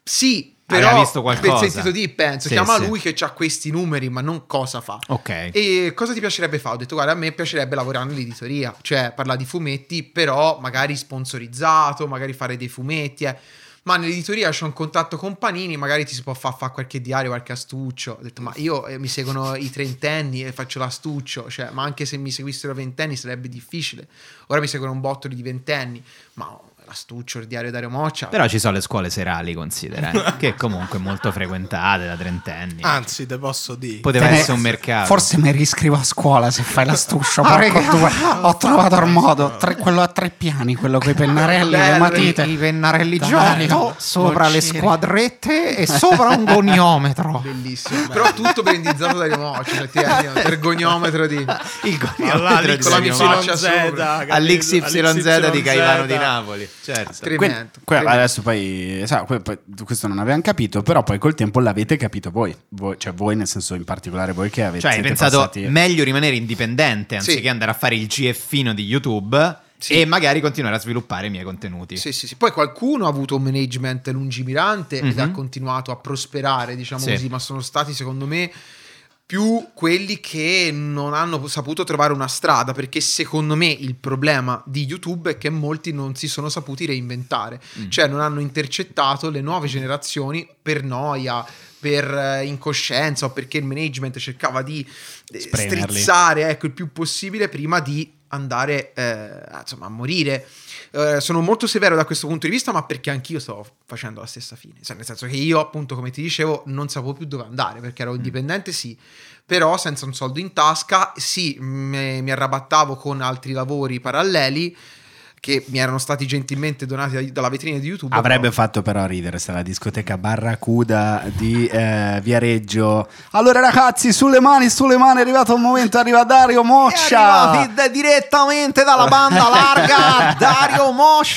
Sì, Aveva però visto qualcosa. per sentito di penso, Sì, chiama sì. lui che ha questi numeri, ma non cosa fa. Ok. E cosa ti piacerebbe fare? Ho detto, guarda, a me piacerebbe lavorare nell'editoria, cioè parlare di fumetti, però magari sponsorizzato, magari fare dei fumetti. eh. Ma nell'editoria c'è un contatto con Panini, magari ti si può far fare qualche diario, qualche astuccio. Ho detto, ma io eh, mi seguono i trentenni e faccio l'astuccio, cioè, ma anche se mi seguissero ventenni sarebbe difficile. Ora mi seguono un botto di ventenni, ma l'astuccio, il diario Dario Moccia. Però ci sono le scuole serali, considera, eh, che comunque molto frequentate da trentenni. Anzi, te posso dire. Poteva Eh, Te ne- essere un mercato. Forse mi riscrivo a scuola se fai l'astuscio. Ah, porco raga. due. Ho trovato il modo. Tre- quello a tre piani, quello con i pennarelli, le Bello, matite. i- pennarelli giotto sopra le squadrette e sopra un goniometro. Bellissimo. Però tutto brandizzato da Yomocci, cioè, ti è un vergognometro di... il Ma là, goniometro di con la Mario XYZ, Marco. capito? all'XYZ di Caivano di Napoli. Certo. Tremendo. Que- tremendo. adesso poi, sa, que- poi- questo non avevamo capito, però poi col tempo l'avete capito voi, Voi- cioè voi nel senso in particolare voi che avete Cioè, hai siete pensato passati- meglio rimanere indipendente Sì. anziché andare a fare il GFino di YouTube Sì. e magari continuare a sviluppare i miei contenuti. Sì, sì, sì. Poi qualcuno ha avuto un management lungimirante ed Mhm. ha continuato a prosperare, diciamo Sì. così, ma sono stati secondo me più quelli che non hanno saputo trovare una strada, perché secondo me il problema di YouTube è che molti non si sono saputi reinventare, Mm. cioè non hanno intercettato le nuove generazioni per noia, per eh, incoscienza o perché il management cercava di eh, Spremerli. strizzare ecco, il più possibile prima di andare eh, insomma, a morire. Eh, sono molto severo da questo punto di vista, ma perché anch'io stavo facendo la stessa fine. Cioè, nel senso che io, appunto, come ti dicevo, non sapevo più dove andare perché ero indipendente, sì, però senza un soldo in tasca, sì, me- mi arrabattavo con altri lavori paralleli che mi erano stati gentilmente donati da- dalla vetrina di YouTube. Avrebbe però- fatto però ridere se la discoteca Barracuda di eh, Viareggio. Allora ragazzi, sulle mani, sulle mani, è arrivato il momento, arriva Dario Moccia. arrivati da- direttamente dalla banda larga Dario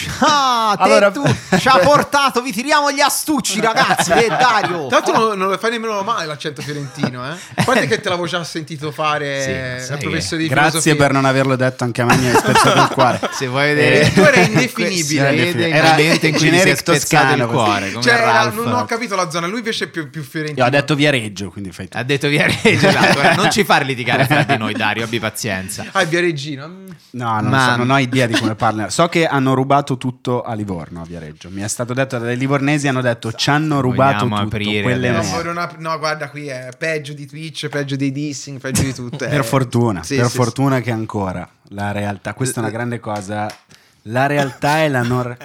Moscia te Allora- tu ci ha portato vi tiriamo gli astucci ragazzi eh, Dario Tra l'altro non, non lo fai nemmeno male l'accento fiorentino, eh? A parte che te l'avevo già sentito fare Sì, al sai professore di Grazie filosofia. per non averlo detto anche a me, mi hai spezzato il cuore. se vuoi vedere Il tuo era si Eh, indefinibile. vede il Era momento in cui gli si è generic spezzato il toscano, cuore come Cioè, era- Ralph non ho capito la zona, lui invece è più, più Io fiorentino. ho detto Viareggio, quindi fai tu. ha detto via Reggio esatto. Ora, non ci far litigare fra di noi Dario abbi pazienza Ah, è Viareggino. mm. No, non, Ma- so, non ho idea di come parla. So che hanno rubato tutto a Livorno, a Viareggio. Mi è stato detto dai livornesi, hanno detto ci hanno rubato Vogliamo tutto. aprire quelle adesso. No, merde." non ha- no, guarda, qui è peggio di Twitch, peggio dei dissing, peggio di tutto. eh. Per fortuna, Sì, per sì, fortuna che ancora la realtà, questa è una grande cosa, la realtà è la non...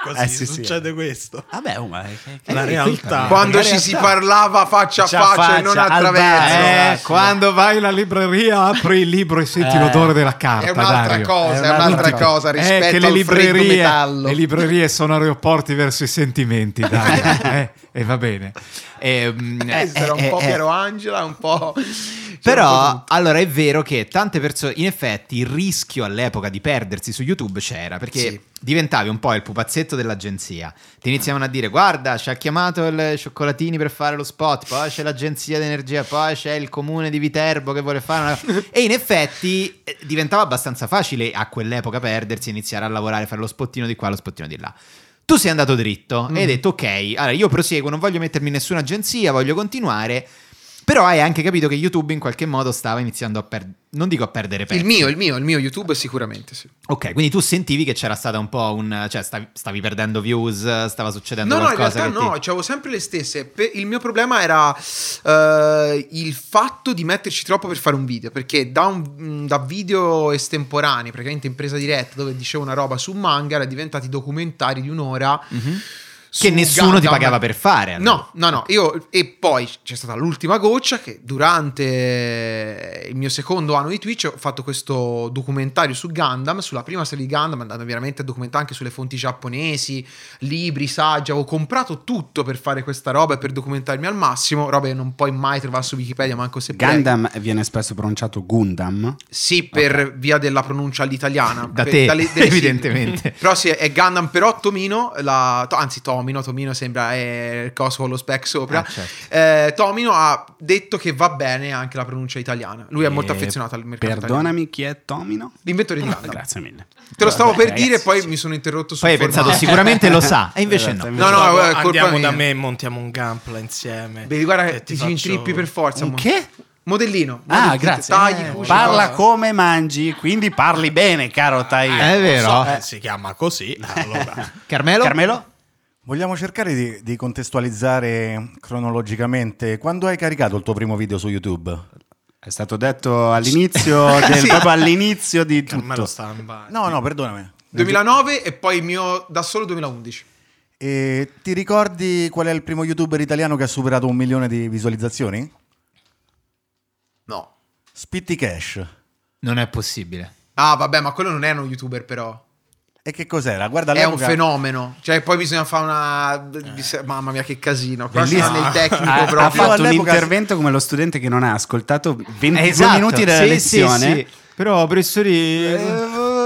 Così Eh, sì, sì. succede questo. Vabbè, oh, ma Eh, La sì. realtà. Quando ci si parlava faccia a Faccia a faccia, e non faccia, al attraverso. bar. Eh, Eh, quando vai alla libreria apri il libro e senti l'odore della carta È un'altra cosa, è un'altra Eh, cosa rispetto al freddo metallo. librerie sono aeroporti verso i sentimenti, dai. e va bene. Ehm, Eh, era un po' Piero Angela, un po'... c'era un po' Però, tutto. allora è vero che tante persone, in effetti, il rischio all'epoca di perdersi su YouTube c'era, perché Sì. diventavi un po' il pupazzetto dell'agenzia. Ti iniziavano a dire, guarda, ci ha chiamato il Cioccolatini per fare lo spot, poi c'è l'agenzia di energia, poi c'è il comune di Viterbo che vuole fare una... e in effetti eh, diventava abbastanza facile a quell'epoca perdersi, iniziare a lavorare, fare lo spottino di qua, lo spottino di là. Tu sei andato dritto Mm-hmm. e hai detto ok, allora io proseguo, non voglio mettermi in nessuna agenzia, voglio continuare. Però hai anche capito che YouTube in qualche modo stava iniziando a perdere, non dico a perdere pezzi. Il mio, il mio, il mio YouTube sicuramente, sì. Ok, quindi tu sentivi che c'era stata un po' un... cioè stavi, stavi perdendo views, stava succedendo No, no, in qualcosa realtà che ti- no, c'avevo sempre le stesse. Pe- il mio problema era eh, il fatto di metterci troppo per fare un video, perché da, un- mh, da video estemporanei, praticamente in presa diretta, dove dicevo una roba su manga, era diventati documentari di un'ora. Mhm. Che su nessuno ti Gundam. pagava per fare. allora. No, no, no, io e poi c'è stata l'ultima goccia che durante il mio secondo anno di Twitch ho fatto questo documentario su Gundam, sulla prima serie di Gundam, andando veramente a documentare anche sulle fonti giapponesi, libri, saggi, avevo comprato tutto per fare questa roba e per documentarmi al massimo, roba che non puoi mai trovare su Wikipedia, manco se puoi. Eh, Gundam viene spesso pronunciato Gundam. Sì, per via della pronuncia all'italiana. Da Per- te, dalle- delle sigle. evidentemente. Però sì, è Gundam per Tomino, la, to- anzi Tomino, Tomino, Tomino sembra eh, il coso con lo spec sopra, Ah, certo. Eh, Tomino ha detto che va bene anche la pronuncia italiana. Lui è molto Eh, affezionato al mercato italiano. Perdonami, chi è Tomino? L'inventore di Gandalf. Grazie mille. Te lo stavo Vabbè, per dire, ragazzi, poi sì. mi sono interrotto sul Poi hai formato. pensato sicuramente lo sa, e invece no. Esatto, No, no, Dopo Ah, è colpa andiamo mia. da me e montiamo un gampla Eh, insieme. Vedi, guarda, E ti, ci faccio- intrippi per forza. Un mo. che? Modellino. Ah, Modellino, grazie. Tagli, Eh, cuci, parla cosa. come mangi, quindi parli bene, caro Tahir. Esatto. È vero. So, eh, si chiama così. Allora, Carmelo? Carmelo? Vogliamo cercare di, di contestualizzare cronologicamente. Quando hai caricato il tuo primo video su YouTube? È stato detto all'inizio, del- proprio all'inizio di Carmelo tutto. sta in bagno. No, no, perdonami. 2009 e poi il mio da solo 2011. E ti ricordi qual è il primo youtuber italiano che ha superato un milione di visualizzazioni? No. Spitty Cash. Non è possibile. Ah, vabbè, ma quello non è uno youtuber, però. E che cos'era? Guarda, È un all'epoca- fenomeno. Cioè, poi bisogna fare una. bis- Mamma mia, che casino. Qua Bellissimo. nel tecnico Eh. Ha, proprio. ha fatto un all'epoca- intervento come lo studente che non ha ascoltato 22 minuti Esatto. della sì, lezione. sì, Eh, sì. Però, professore,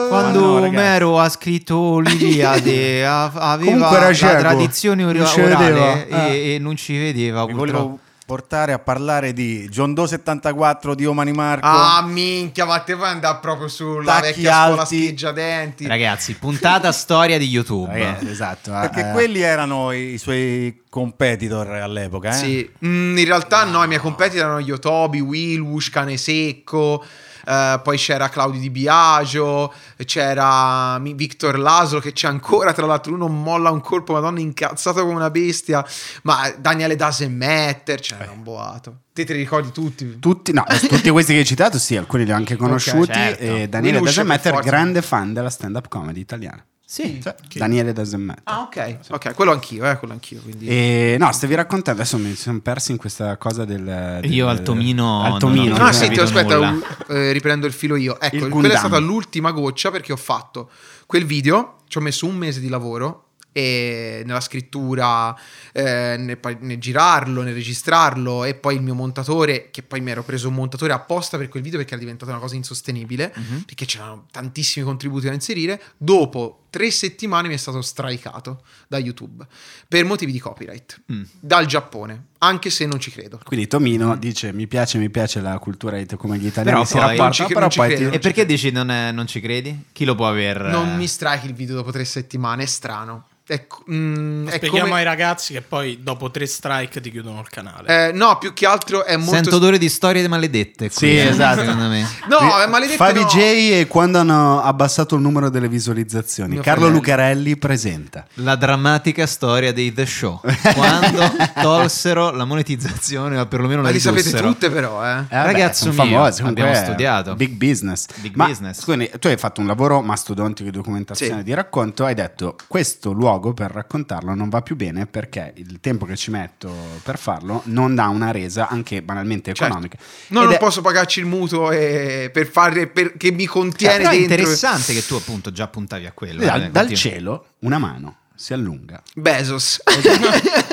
quando ma no, ragazzi. Omero ha scritto l'Iliade, a- aveva Comunque era la cieco, tradizione ori- non ci orale vedeva, Ah. e, e non ci vedeva. Mi purtroppo. volevo portare a parlare di John Doe 74 di Omani Marco. Ah, minchia, ma te vai andare proprio sulla Tacchi vecchia scuola alti. scheggiadenti. Ragazzi, puntata storia di YouTube. Ragazzi, esatto. perché eh, quelli erano i, i suoi competitor all'epoca, eh? Sì. Mm, in realtà no, i miei competi erano Yotobi, Wilwush, Cane Secco, eh, poi c'era Claudio Di Biagio, c'era Mi- Victor Laszlo che c'è ancora, tra l'altro lui non molla un colpo, madonna, incazzato come una bestia, ma Daniele Dasemetter, c'era un boato. Te te li ricordi tutti? Tutti, no, tutti questi che hai citato, sì, alcuni li ho anche conosciuti. certo. E Daniele Willy Uscio Dazemetter, per forza. grande fan della stand-up comedy italiana. Sì. Cioè, Daniele Dazemetter. Ah, ok, ok, quello anch'io, eh, quello anch'io. Quindi. E no, stavi raccontando, adesso mi sono persi in questa cosa del... del- Io al Tomino Al Tomino. non ho No, ho Ah, sì, ti capito aspetta, nulla. u- eh, riprendo il filo io. Ecco, Il quella è Gundam. stata l'ultima goccia perché ho fatto quel video, ci ho messo un mese di lavoro e nella scrittura, eh, nel, pa- nel girarlo, nel registrarlo e poi il mio montatore, che poi mi ero preso un montatore apposta per quel video perché era diventata una cosa insostenibile, Mhm. perché c'erano tantissimi contributi da inserire, dopo tre settimane mi è stato straicato da YouTube per motivi di copyright, Mm. dal Giappone, anche se non ci credo. Quindi Tomino dice mi piace, mi piace la cultura it- come gli italiani Però si poi- rapportano, non ci cre- però non ci poi credo. ti- E perché dici non, è- non ci credi? Chi lo può aver... Non eh, mi strike il video dopo tre settimane, è strano. È, co- mm, è Spieghiamo come- ai ragazzi che poi dopo tre strike ti chiudono il canale. Eh, no, più che altro è molto... Sento odore di storie maledette. Qui, Sì, eh, esatto. Secondo me. no, è maledetto Fabi no. J e quando hanno abbassato il numero delle visualizzazioni. Mio Carlo fratello. Lucarelli presenta. La drammatica storia dei The Show. Quando tolsero la monetizzazione, o perlomeno Ma la li sapete ridussero. tutte però, eh. Eh, vabbè, Ragazzo sono mio, famosi, comunque abbiamo è studiato. Big business. Big Ma, business. quindi, tu hai fatto un lavoro mastodontico di documentazione Sì. di racconto. Hai detto questo luogo per raccontarlo non va più bene perché il tempo che ci metto per farlo non dà una resa anche banalmente Certo. economica. No, Ed non è- posso pagarci il mutuo eh, per fare... Per, che mi Eh, contiene però è dentro... interessante che tu appunto già puntavi a quello. dal- eh, dal continua. cielo una mano si allunga Bezos.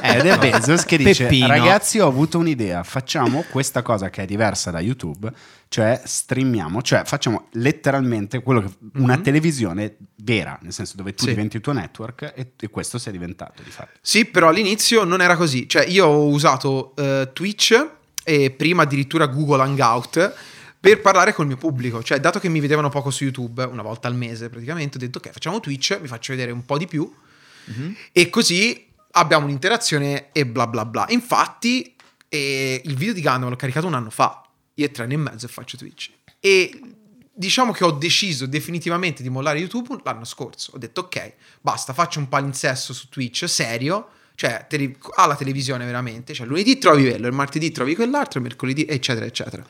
Eh, Ed è Bezos che dice: Peppino. Ragazzi, ho avuto un'idea. Facciamo questa cosa che è diversa da YouTube, cioè streamiamo, cioè facciamo letteralmente quello che- una televisione vera, nel senso dove tu Sì. diventi il tuo network e, e questo sei diventato di fatto. Sì, però all'inizio non era così. Cioè, io ho usato eh, Twitch e prima addirittura Google Hangout per parlare col mio pubblico. Cioè, dato che mi vedevano poco su YouTube, una volta al mese praticamente, ho detto ok, facciamo Twitch, vi faccio vedere un po' di più. E così abbiamo un'interazione e bla bla bla. Infatti, eh, il video di Gundam l'ho caricato un anno fa. Io è tre anni e mezzo e faccio Twitch. E diciamo che ho deciso definitivamente di mollare YouTube l'anno scorso. Ho detto ok, basta, faccio un palinsesto su Twitch serio. Cioè, tele- alla televisione veramente. Cioè, lunedì trovi quello, il martedì trovi quell'altro, il mercoledì, eccetera, eccetera.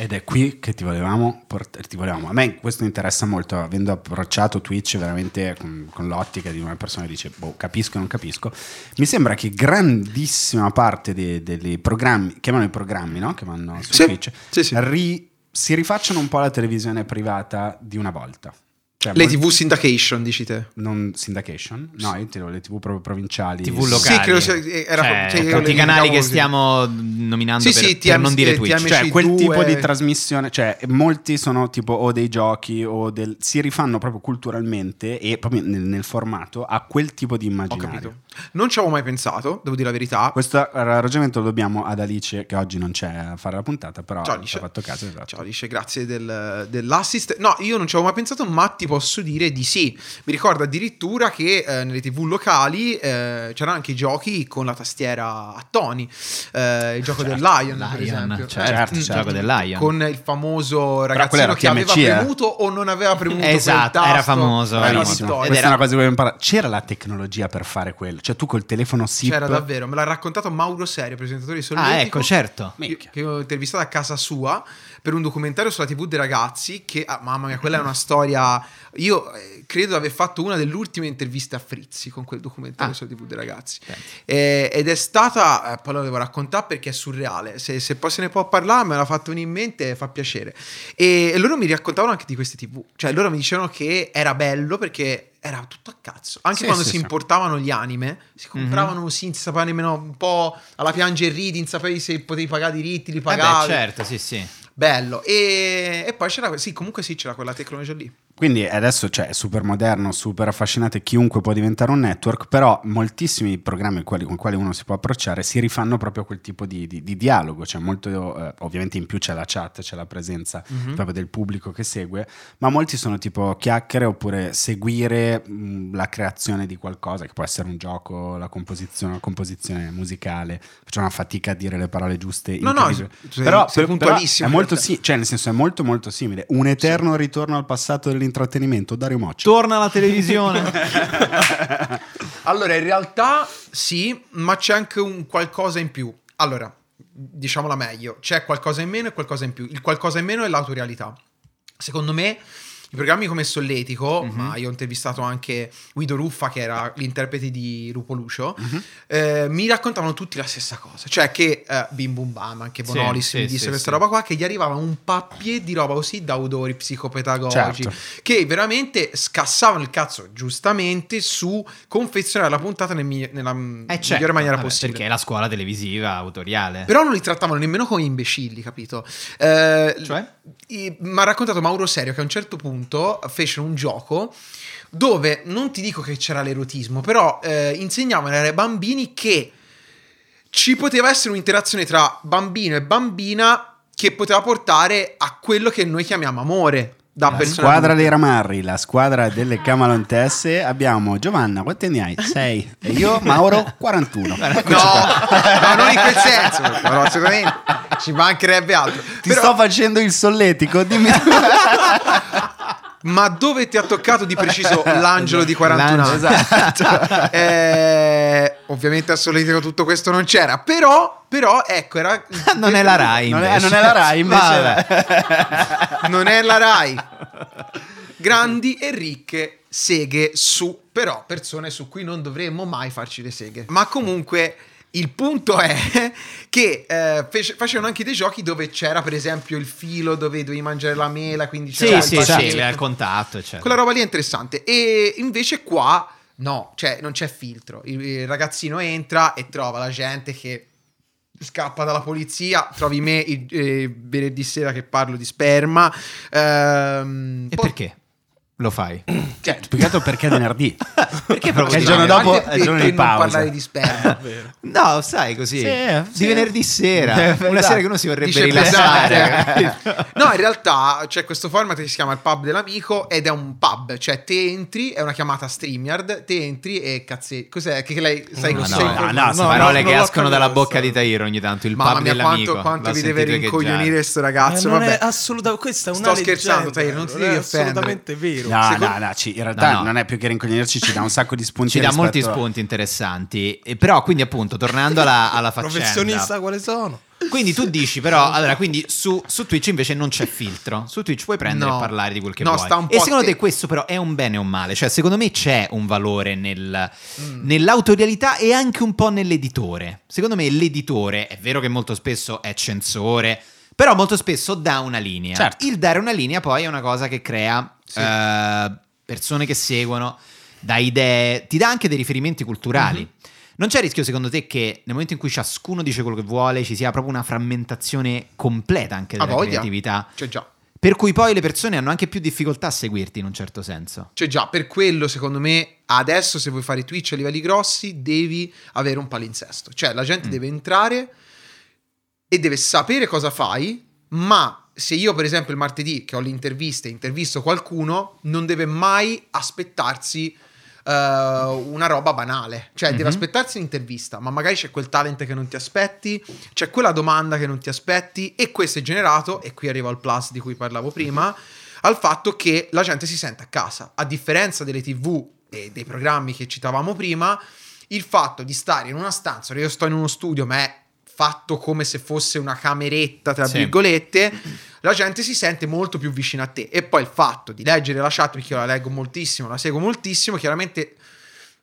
Ed è qui che ti volevamo portare. Ti volevamo. A me questo interessa molto, avendo approcciato Twitch veramente con, con l'ottica di una persona che dice boh, capisco o non capisco. Mi sembra che grandissima parte de- dei programmi, chiamano i programmi, no? Che vanno su Sì, Twitch, sì, sì. ri- si rifacciano un po' la televisione privata di una volta. Cioè, Le mol- TV syndication, dici te. Non syndication, no, io ti le TV proprio provinciali. TV locali. Sì, credo sia- era- Cioè, cioè, tutti i canali che così. stiamo nominando Sì, per, sì, per TM- non dire eh, Twitch. TMC. Cioè, Cioè, quel due- tipo di trasmissione, cioè, molti sono tipo o dei giochi o del. si rifanno proprio culturalmente e proprio nel, nel formato a quel tipo di Ho immaginario. capito. Non ci avevo mai pensato, devo dire la verità. Questo ragionamento lo dobbiamo ad Alice, che oggi non c'è a fare la puntata, Ah, però Ciao, ci Alice. ha fatto caso. esatto. Ciao Alice, grazie del- dell'assist. No, io non ci avevo mai pensato, ma ti posso dire di sì. Mi ricordo addirittura che eh, nelle tv locali eh, c'erano anche i giochi con la tastiera a toni. Eh, il gioco del Lion, per esempio. certo, Eh, certo, mm, il gioco del Lion. Con il famoso quello ragazzino era che aveva TMC, eh. premuto o non aveva premuto quel Esatto, era tasto. famoso, Era bravissimo. vittoria. Questa Ed è era- una cosa che volevo imparare. C'era la tecnologia per fare quello, cioè tu col telefono SIP. C'era davvero, me l'ha raccontato Mauro Serio, presentatore di Solletico. Ah, ecco, certo. Minchia. Che ho intervistato a casa sua per un documentario sulla TV dei ragazzi. Che, ah, mamma mia, quella è una storia. Io eh, credo di aver fatto una delle ultime interviste a Frizzi con quel documentario Ah. sulla TV dei ragazzi. Eh, ed è stata, eh, poi la devo raccontare perché è surreale. Se, se poi se ne può parlare, me l'ha fatto venire in mente, fa piacere. E, e loro mi raccontavano anche di queste TV. Cioè, loro mi dicevano che era bello perché. Era tutto a cazzo. Anche Sì, quando sì, si sì. importavano gli anime, si Mhm. compravano, sì, non si sapeva nemmeno un po' alla piange e ridi, non sapevi se potevi pagare i diritti, li Eh beh, pagavi. certo, sì, sì. Cioè, Bello. E, e poi c'era, que- sì, comunque sì, c'era quella tecnologia lì. Quindi adesso cioè, è super moderno, super affascinante, chiunque può diventare un network, però moltissimi programmi quali- con i quali uno si può approcciare si rifanno proprio a quel tipo di, di- di dialogo, cioè molto, eh, ovviamente in più c'è la chat, c'è la presenza Mhm. proprio del pubblico che segue, ma molti sono tipo chiacchiere oppure seguire mh, la creazione di qualcosa, che può essere un gioco, la composizione, la composizione musicale, faccio una fatica a dire le parole giuste. No, no, incredibile. sei- però, per- sei però puntualissimo è in molto realtà. sì, cioè nel senso è molto molto simile. Un eterno ritorno al passato dell'intrattenimento, Dario Moccia. Torna alla televisione. Eh, Allora, in realtà sì, ma c'è anche un qualcosa in più. Allora, diciamola meglio, c'è qualcosa in meno e qualcosa in più. Il qualcosa in meno è l'autorealità. Secondo me i programmi come Solletico, Mhm. ma io ho intervistato anche Guido Ruffa che era l'interprete di Lupo Lucio, Mhm. eh, mi raccontavano tutti la stessa cosa, cioè che eh, Bim Bum Bam, anche Sì, Bonolis sì, mi disse sì, questa sì. roba qua, che gli arrivava un pappier di roba così da odori psicopedagogici, Certo. che veramente scassavano il cazzo giustamente su confezionare la puntata nel mi- nella mm, Eh, certo. migliore maniera Vabbè, possibile. Perché è la scuola televisiva autoriale. Però non li trattavano nemmeno come imbecilli, capito? Eh, Cioè? i- Mi ha raccontato Mauro Serio che a un certo punto fece un gioco dove non ti dico che c'era l'erotismo, però eh, insegnavano ai bambini che ci poteva essere un'interazione tra bambino e bambina che poteva portare a quello che noi chiamiamo amore da La persona squadra dei Ramarri, la squadra delle Camalontesse, abbiamo Giovanna, quanti anni hai? 6. E io, Mauro, 41. No, no, non in quel senso, no, assolutamente ci mancherebbe altro. Ti Però- sto facendo il solletico, dimmi. Ma dove ti ha toccato di preciso Esatto. l'angelo di 41 anni? Eh, ovviamente a Solletico tutto questo non c'era, però, però ecco, era, non è la Rai. Non è- invece. non è la Rai, invece. Vabbè. non è la Rai. Grandi e ricche seghe su, però persone su cui non dovremmo mai farci le seghe. Ma comunque il punto è che eh, fece- facevano anche dei giochi dove c'era per esempio il filo dove dovevi mangiare la mela, quindi c'era Sì, sì, il sì, eh, bacetto. al contatto, eccetera. Eh. Quella roba lì è interessante. E invece qua no, cioè non c'è filtro. Il, il ragazzino entra e trova la gente che scappa dalla polizia. Trovi me il eh, venerdì sera che parlo di sperma. Ehm, E poi- perché lo fai? Cioè, spiegato perché venerdì. Perché proprio il giorno domani? dopo Quante è il giorno detto di non pausa. parlare di Eh, sperma. No, sai così. Sì, di sì. venerdì sera, Eh, una esatto. sera che uno si vorrebbe Dice rilassare. pesante. no, in realtà c'è questo format che si chiama il pub dell'amico ed è un pub, cioè te entri, è una chiamata StreamYard, te entri e cazzi, cos'è che lei sai Ma no, cos'è? no, no, sono no, parole no, che non l'ho escono dalla capito, bocca di questo. Tairo ogni tanto, il Mamma pub mia, dell'amico. quanto, quanto L'ho vi deve sentito echeggiare. rincoglionire sto Ma ragazzo. Eh, non è vabbè. assolutamente questa è una Sto scherzando, leggenda, Taylor, non ti è devi offendere. assolutamente vero. No, Secondo- no, no, ci- in realtà No, no. non è più che rincoglionirci, ci dà un sacco di spunti. Ci dà rispetto molti a- spunti interessanti, E però quindi appunto tornando alla, alla Professionista faccenda, quale sono? quindi tu dici però, allora quindi su, su Twitch invece non c'è filtro, su Twitch puoi prendere No. e parlare di quel che No, vuoi. sta un po' e a secondo te te. questo però è un bene o un male? Cioè secondo me c'è un valore nel, Mm. nell'autorialità e anche un po' nell'editore. Secondo me l'editore è vero che molto spesso è censore, però molto spesso dà una linea. Certo. Il dare una linea poi è una cosa che crea eh, persone che seguono, dà idee, ti dà anche dei riferimenti Mm-hmm. culturali. Non c'è rischio secondo te che nel momento in cui ciascuno dice quello che vuole ci sia proprio una frammentazione completa anche Ha della voglia. creatività? C'è Cioè, già. Per cui poi le persone hanno anche più difficoltà a seguirti in un certo senso. Cioè già, per quello secondo me adesso se vuoi fare Twitch a livelli grossi devi avere un palinsesto. Cioè la Mm. gente deve entrare e deve sapere cosa fai, ma se io per esempio il martedì che ho le interviste intervisto qualcuno, non deve mai aspettarsi eh, una roba banale. Cioè deve aspettarsi un'intervista, ma magari c'è quel talent che non ti aspetti, c'è quella domanda che non ti aspetti e questo è generato, e qui arriva il plus di cui parlavo prima al fatto che la gente si sente a casa, a differenza delle tv e dei programmi che citavamo prima, il fatto di stare in una stanza, ora io sto in uno studio, ma è fatto come se fosse una cameretta, tra Sì. virgolette, la gente si sente molto più vicina a te. E poi il fatto di leggere la chat, perché io la leggo moltissimo, la seguo moltissimo, chiaramente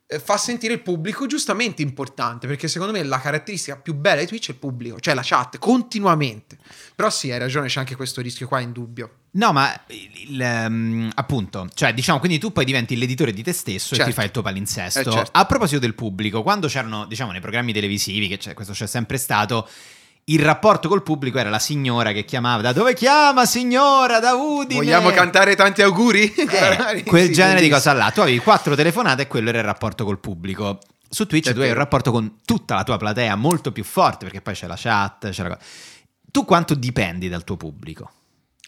eh, fa sentire il pubblico giustamente importante, perché secondo me la caratteristica più bella di Twitch è il pubblico, cioè la chat, continuamente. Però sì, hai ragione, c'è anche questo rischio qua in dubbio. No, ma il- il, ehm, appunto, cioè diciamo, quindi tu poi diventi l'editore di te stesso e Certo. ti fai il tuo palinsesto. Eh, certo. A proposito del pubblico, quando c'erano, diciamo, nei programmi televisivi, che c'è- questo c'è sempre stato, il rapporto col pubblico era la signora che chiamava, da dove chiama signora, da Udine? Vogliamo cantare tanti auguri? Cioè, Eh, quel genere di cosa là. Tu avevi quattro telefonate e quello era il rapporto col pubblico. Su Twitch È tu hai un vero. rapporto con tutta la tua platea molto più forte perché poi c'è la chat. C'è la... cosa. Tu quanto dipendi dal tuo pubblico?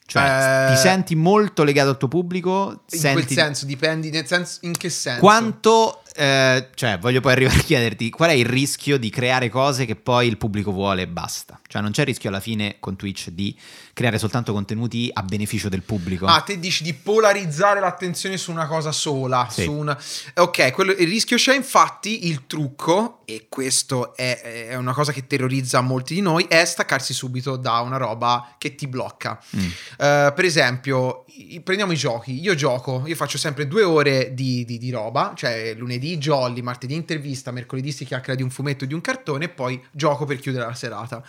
Cioè, Eh, ti senti molto legato al tuo pubblico? In Senti quel senso, dipendi nel senso, in che senso? quanto, eh, cioè, voglio poi arrivare a chiederti qual è il rischio di creare cose che poi il pubblico vuole e basta. Cioè, non c'è il rischio alla fine con Twitch di creare soltanto contenuti a beneficio del pubblico. Ah, te dici di polarizzare l'attenzione su una cosa sola. Sì. su una- Ok, quello- il rischio c'è infatti, il trucco, e questo è, è una cosa che terrorizza molti di noi, è staccarsi subito da una roba che ti blocca. Mm. Eh, per esempio, i- prendiamo i giochi. Io gioco, io faccio sempre due ore di, di- di roba, cioè lunedì jolly, martedì intervista, mercoledì si chiacchiera di un fumetto e di un cartone e poi gioco per chiudere la serata.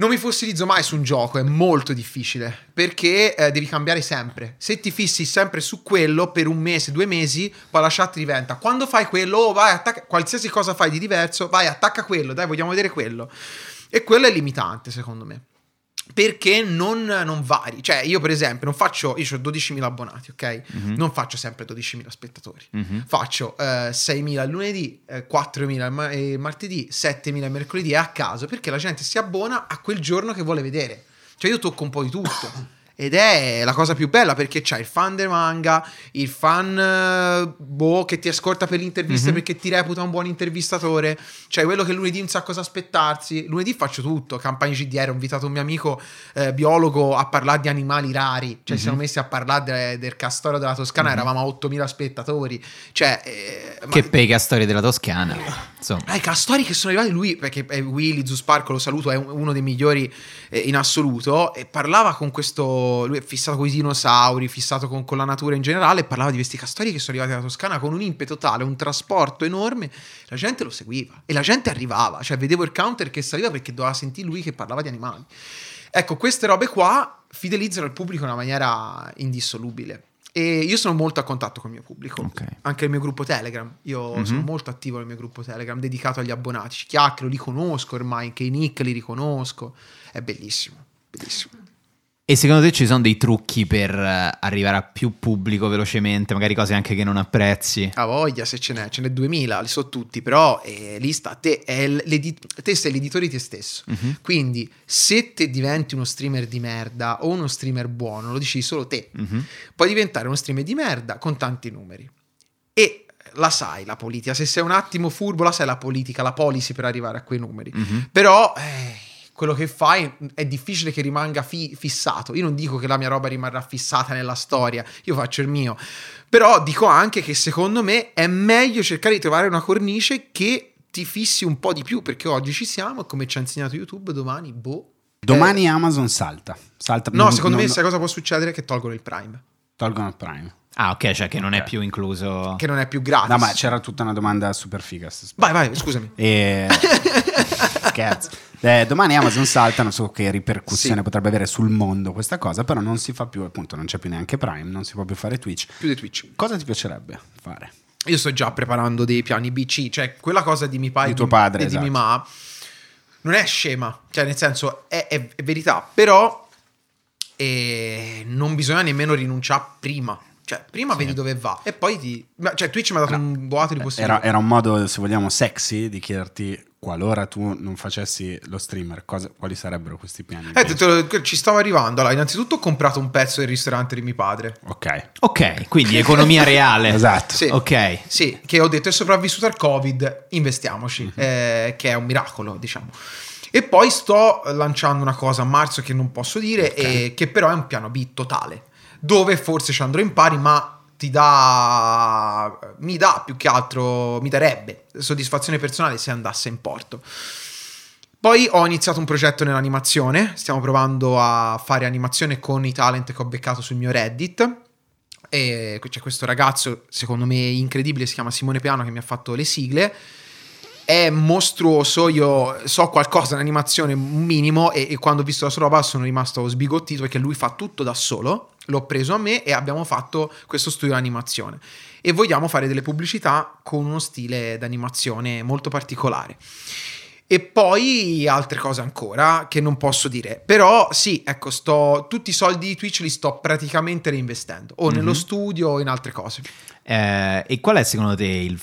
Non mi fossilizzo mai su un gioco, è molto difficile, perché eh, devi cambiare sempre. Se ti fissi sempre su quello per un mese, due mesi, poi la chat diventa, quando fai quello, oh, vai, attacca, qualsiasi cosa fai di diverso, vai, attacca quello, dai, vogliamo vedere quello. E quello è limitante, secondo me perché non, non vari. Cioè, io per esempio non faccio, io ho 12.000 abbonati, ok? Mhm. Non faccio sempre 12.000 spettatori. Mhm. Faccio eh, 6.000 il lunedì, eh, 4.000 il ma- eh, martedì, 7.000 il mercoledì e a caso, perché la gente si abbona a quel giorno che vuole vedere. Cioè io tocco un po' di tutto. Ed è la cosa più bella perché c'è il fan del manga, il fan eh, boh, che ti ascolta per le interviste Mhm. perché ti reputa un buon intervistatore, c'è quello che lunedì non sa cosa aspettarsi. Lunedì faccio tutto, campagne GDR, ho invitato un mio amico eh, biologo a parlare di animali rari, cioè ci siamo Mhm. messi a parlare de- del castoro della Toscana, eravamo a 8000 spettatori, cioè... eh, ma- Che pega storia della Toscana. Insomma. Ah, i castori che sono arrivati lui, perché è Willy Zusparco, lo saluto, è un- uno dei migliori eh, in assoluto, e parlava con questo, lui è fissato con i dinosauri, fissato con, con la natura in generale, e parlava di questi castori che sono arrivati dalla Toscana con un impeto tale, un trasporto enorme, la gente lo seguiva e la gente arrivava, cioè vedevo il counter che saliva perché doveva sentire lui che parlava di animali. Ecco, queste robe qua fidelizzano il pubblico in una maniera indissolubile. E io sono molto a contatto con il mio pubblico, Ok. anche il mio gruppo Telegram. Io sono molto attivo nel mio gruppo Telegram, dedicato agli abbonati. Ci chiacchiero, li conosco ormai, anche i nick li riconosco. È bellissimo, bellissimo. E secondo te ci sono dei trucchi per eh, arrivare a più pubblico velocemente, magari cose anche che non apprezzi? A voglia se ce n'è, ce n'è 2000, li so tutti, però eh, lì sta, te, è l- l'edi- te sei l'editore di te stesso. Mm-hmm. Mhm. Quindi se te diventi uno streamer di merda o uno streamer buono, lo decidi solo te. Mhm. puoi diventare uno streamer di merda con tanti numeri. E la sai la politica, se sei un attimo furbo la sai la politica, la policy per arrivare a quei numeri. Mm-hmm. Mhm. Però eh, quello che fai è difficile che rimanga fi- fissato. Io non dico che la mia roba rimarrà fissata nella storia, io faccio il mio. Però dico anche che secondo me è meglio cercare di trovare una cornice che ti fissi un po' di più, perché oggi ci siamo e come ci ha insegnato YouTube, domani boh. Domani Amazon salta. salta No, non- secondo me non- questa cosa può succedere che tolgono il Prime, Tolgono il Prime. Ah, ok, cioè che non è Ok. più incluso. che non è più gratis. No, ma c'era tutta una domanda super figa. se sbaglio. Vai, vai, scusami. E... Scherzo. Eh, domani Amazon salta, non so che ripercussione Sì. potrebbe avere sul mondo questa cosa, però non si fa più, appunto, non c'è più neanche Prime, non si può più fare Twitch. Più di Twitch. Cosa ti piacerebbe fare? Io sto già preparando dei piani BC, cioè quella cosa di mio padre Di tuo padre, e di mia esatto. mamma non è scema, cioè nel senso è, è- è verità, però e non bisogna nemmeno rinunciare prima. Cioè, prima vedi dove va e poi ti... ma- Cioè, Twitch mi ha dato un boato di Eh, Era, possibilità. era un modo, se vogliamo, sexy di chiederti qualora tu non facessi lo streamer, cosa- quali sarebbero questi piani. Eh, te- te lo- ci stavo arrivando. Allora, innanzitutto ho comprato un pezzo del ristorante di mio padre. ok. Ok, quindi economia reale. Esatto. Sì. Ok. Sì, che ho detto è sopravvissuto al Covid, investiamoci, Mhm. eh, che è un miracolo, diciamo. E poi sto lanciando una cosa a marzo che non posso dire, e che però è un piano B totale, dove forse ci andrò in pari, ma ti dà, mi dà più che altro, mi darebbe soddisfazione personale se andasse in porto. Poi ho iniziato un progetto nell'animazione, stiamo provando a fare animazione con i talent che ho beccato sul mio Reddit. E c'è questo ragazzo, secondo me incredibile, si chiama Simone Piano che mi ha fatto le sigle. È mostruoso, io so qualcosa in animazione un minimo e, e quando ho visto la sua roba sono rimasto sbigottito perché lui fa tutto da solo. L'ho preso a me e abbiamo fatto questo studio di animazione. E vogliamo fare delle pubblicità con uno stile d'animazione molto particolare. E poi altre cose ancora che non posso dire. Però sì, ecco, sto, tutti i soldi di Twitch li sto praticamente reinvestendo. O nello studio o in altre cose. Eh, e qual è secondo te il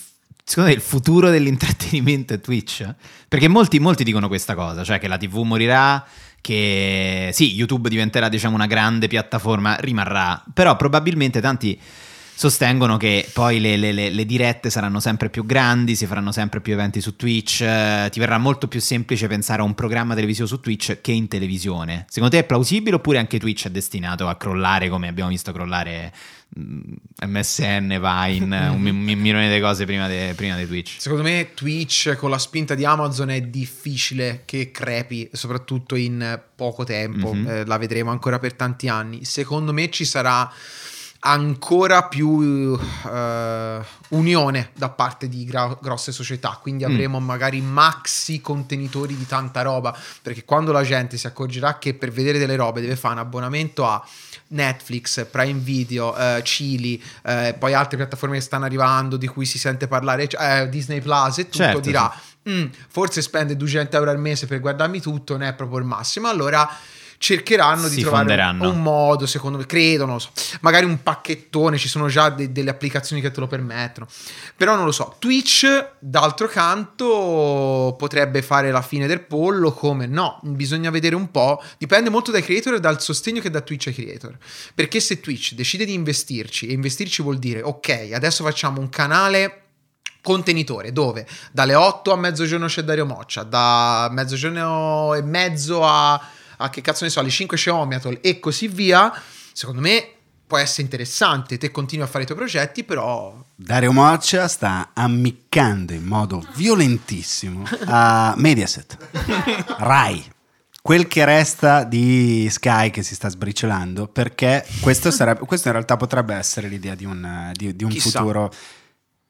secondo te il futuro dell'intrattenimento è Twitch? Perché molti, molti dicono questa cosa, cioè che la TV morirà, che sì, YouTube diventerà diciamo una grande piattaforma, rimarrà, però probabilmente tanti sostengono che poi le, le- le- le dirette saranno sempre più grandi, si faranno sempre più eventi su Twitch, eh, ti verrà molto più semplice pensare a un programma televisivo su Twitch che in televisione. Secondo te è plausibile oppure anche Twitch è destinato a crollare come abbiamo visto crollare mm, MSN, Vine, un mi- mi- milione di cose prima de- prima di Twitch? Secondo me Twitch con la spinta di Amazon è difficile che crepi, soprattutto in poco tempo. Mhm. Eh, la vedremo ancora per tanti anni. Secondo me ci sarà ancora più eh, unione da parte di gra- grosse società, quindi Mm. avremo magari maxi contenitori di tanta roba, perché quando la gente si accorgerà che per vedere delle robe deve fare un abbonamento a Netflix, Prime Video, eh, Chili, eh, poi altre piattaforme che stanno arrivando di cui si sente parlare, eh, Disney Plus e tutto, Certo, dirà "Mm, forse spende 200 euro al mese per guardarmi tutto, non è proprio il massimo, allora cercheranno Si di trovare un, fonderanno. un modo, secondo me, credo, non lo so, magari un pacchettone, ci sono già de- delle applicazioni che te lo permettono, però non lo so, Twitch d'altro canto potrebbe fare la fine del pollo, come no, bisogna vedere un po', dipende molto dai creator e dal sostegno che dà Twitch ai creator, perché se Twitch decide di investirci, e investirci vuol dire, ok, adesso facciamo un canale contenitore dove dalle 8 a mezzogiorno c'è Dario Moccia, da mezzogiorno e mezzo a, a che cazzo ne so, alle 5 c'è Omiatol e così via, secondo me può essere interessante, te continui a fare i tuoi progetti, però Dario Moccia sta ammiccando in modo violentissimo a Mediaset, Rai, quel che resta di Sky che si sta sbriciolando, perché questo, sarebbe, questo in realtà potrebbe essere l'idea di un, di- di un Chissà. futuro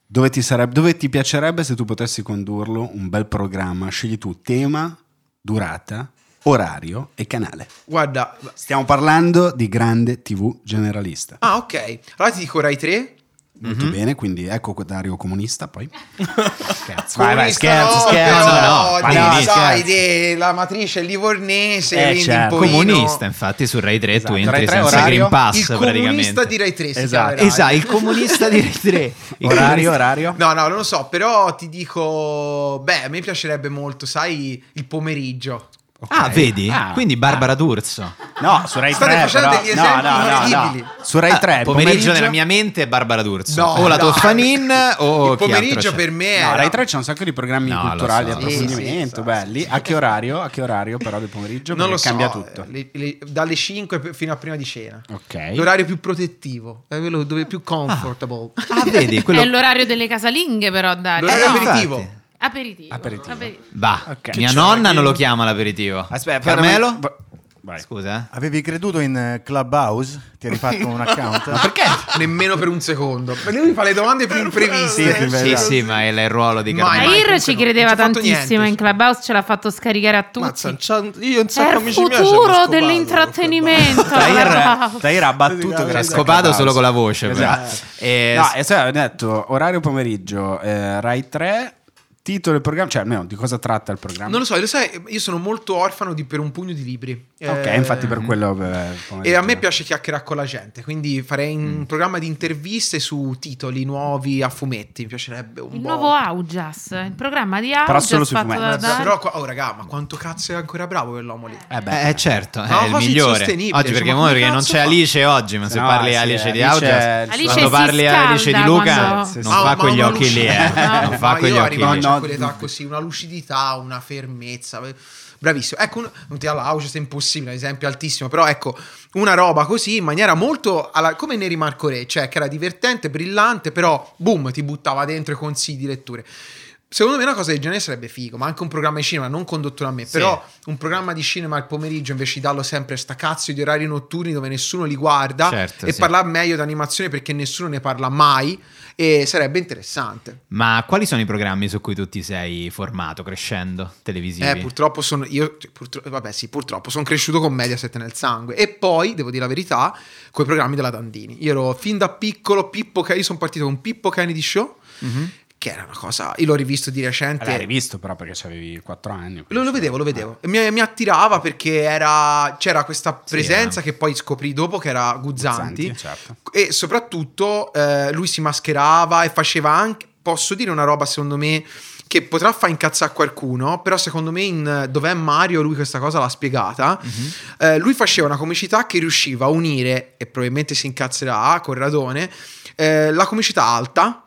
dove ti, sareb- dove ti piacerebbe se tu potessi condurlo un bel programma, scegli tu tema, durata, orario e canale. guarda... Stiamo parlando di grande TV generalista. Ah ok, allora ti dico Rai 3, Molto bene, quindi ecco Dario comunista poi. Scherzo, vai, vai, Comunista scherzo, no, scherzo, però, no, dai, vai, no, dì, sai, scherzo. dai, la matrice è livornese, Eh, quindi un certo. pochino- Comunista, infatti, su Rai 3 Esatto, tu Rai entri 3 senza orario, Green Pass il comunista praticamente. di Rai 3 si Esatto. chiamerà. Esatto, il comunista di Rai 3. Il Orario, comunista- orario. No, no, non lo so, però ti dico, beh, a me piacerebbe molto, sai, il pomeriggio. Ah, vedi? Ah. Quindi Barbara D'Urso. No, su Rai State 3 facendo però- degli esempi incredibili. Su Rai Ah, 3 pomeriggio, nella mia mente è Barbara D'Urso. No, o la dai. Toffanin o il chi altro pomeriggio c'è. per me No, era... Rai 3 c'è un sacco di programmi No, lo culturali so, di lo so. approfondimento Sì, sì, belli. A che orario? A che orario però del pomeriggio? non lo Perché so, eh, cambia tutto. le- le- dalle 5 pe- fino a prima di cena. Ok. L'orario più protettivo, è quello dove più comfortable. Ah, vedi, quello... È l'orario delle casalinghe, però, Dario. L'orario Eh, no. aperitivo. infatti. Aperitivo. Aperitivo. Aperi- Bah, Ok. mia Che nonna non lo chiama l'aperitivo. Aspetta, Carmelo? Vai. Scusa, eh. Avevi creduto in eh, Clubhouse? Ti eri fatto un account? Ma perché? Nemmeno per un secondo. Ma Lui mi fa le domande più Sì, sì, impreviste. beh, Sì, esatto. sì, ma è il ruolo di Ma- Carmelo. Mai, Air comunque ci no. credeva Non ci ha fatto tantissimo niente, in Clubhouse, ce l'ha fatto scaricare a tutti. Mazza, c'ha- io un È sacco il amici miei ci hanno futuro scopato, dell'intrattenimento. Tahir, Tahir ha battuto Cioè, grazie a scopato Clubhouse. solo con la voce. però. Esatto. Eh, No, e sai, ho detto orario pomeriggio, eh, Rai 3, titolo del programma, cioè almeno di cosa tratta il programma. Non lo so, lo sai, io sono molto orfano di per un pugno di libri. Ok, Eh, infatti per quello... eh, come E a me detto- piace chiacchierare con la gente, quindi farei un programma di interviste su titoli nuovi a fumetti. Mi piacerebbe un Il po'. nuovo Augias, il programma di Però solo Augias sui fatto da fumetti. Beh, Dario. Però, qua- oh, raga, ma quanto cazzo è ancora bravo quell'uomo lì? Eh beh, Eh, certo, Ma è il quasi migliore. Oggi insostenibile, perché, cioè, ma mo- come perché non cazzo c'è fa? Alice oggi, ma se No, parli sì, a Alice di Alice è- Augias, Alice quando si parli a scalda Alice di Luca, quando- non Sì, fa ma quegli una occhi lì, eh. lucidità. non fa Ma quegli io occhi arrivo lì. No, a no. quell'età così, una lucidità, una fermezza. Bravissimo. Ecco, un, un teatro Augias è impossibile, un esempio altissimo, però ecco, una roba così in maniera molto alla- come Neri Marco Re, cioè che era divertente, brillante, però boom, ti buttava dentro i consigli di letture. Secondo me una cosa del genere sarebbe figo, ma anche un programma di cinema, non condotto da me, però un programma di cinema al pomeriggio invece di darlo sempre a sta cazzo di orari notturni dove nessuno li guarda Certo, e sì. parlare meglio di animazione perché nessuno ne parla mai e sarebbe interessante. Ma quali sono i programmi su cui tu ti sei formato crescendo televisivi? Eh, purtroppo sono io. cioè, purtro- vabbè, sì, purtroppo sono cresciuto con Mediaset nel sangue. E poi, devo dire la verità, con i programmi della Dandini. Io ero fin da piccolo, Pippo Ca- io sono partito con Pippo Kennedy Show, Mhm. che era una cosa. Io l'ho rivisto di recente. l'hai rivisto però perché avevi 4 anni. Lo, lo vedevo, lo vedevo. E Mi, mi attirava perché era- c'era questa presenza eh. che poi scoprì dopo che era Guzzanti. Guzzanti, certo. E soprattutto eh, lui si mascherava e faceva anche, posso dire una roba secondo me che potrà far incazzare qualcuno, però secondo me in eh, Dov'è Mario lui questa cosa l'ha spiegata. Mhm. Eh, lui faceva una comicità che riusciva a unire, e probabilmente si incazzerà con Radone, eh, la comicità alta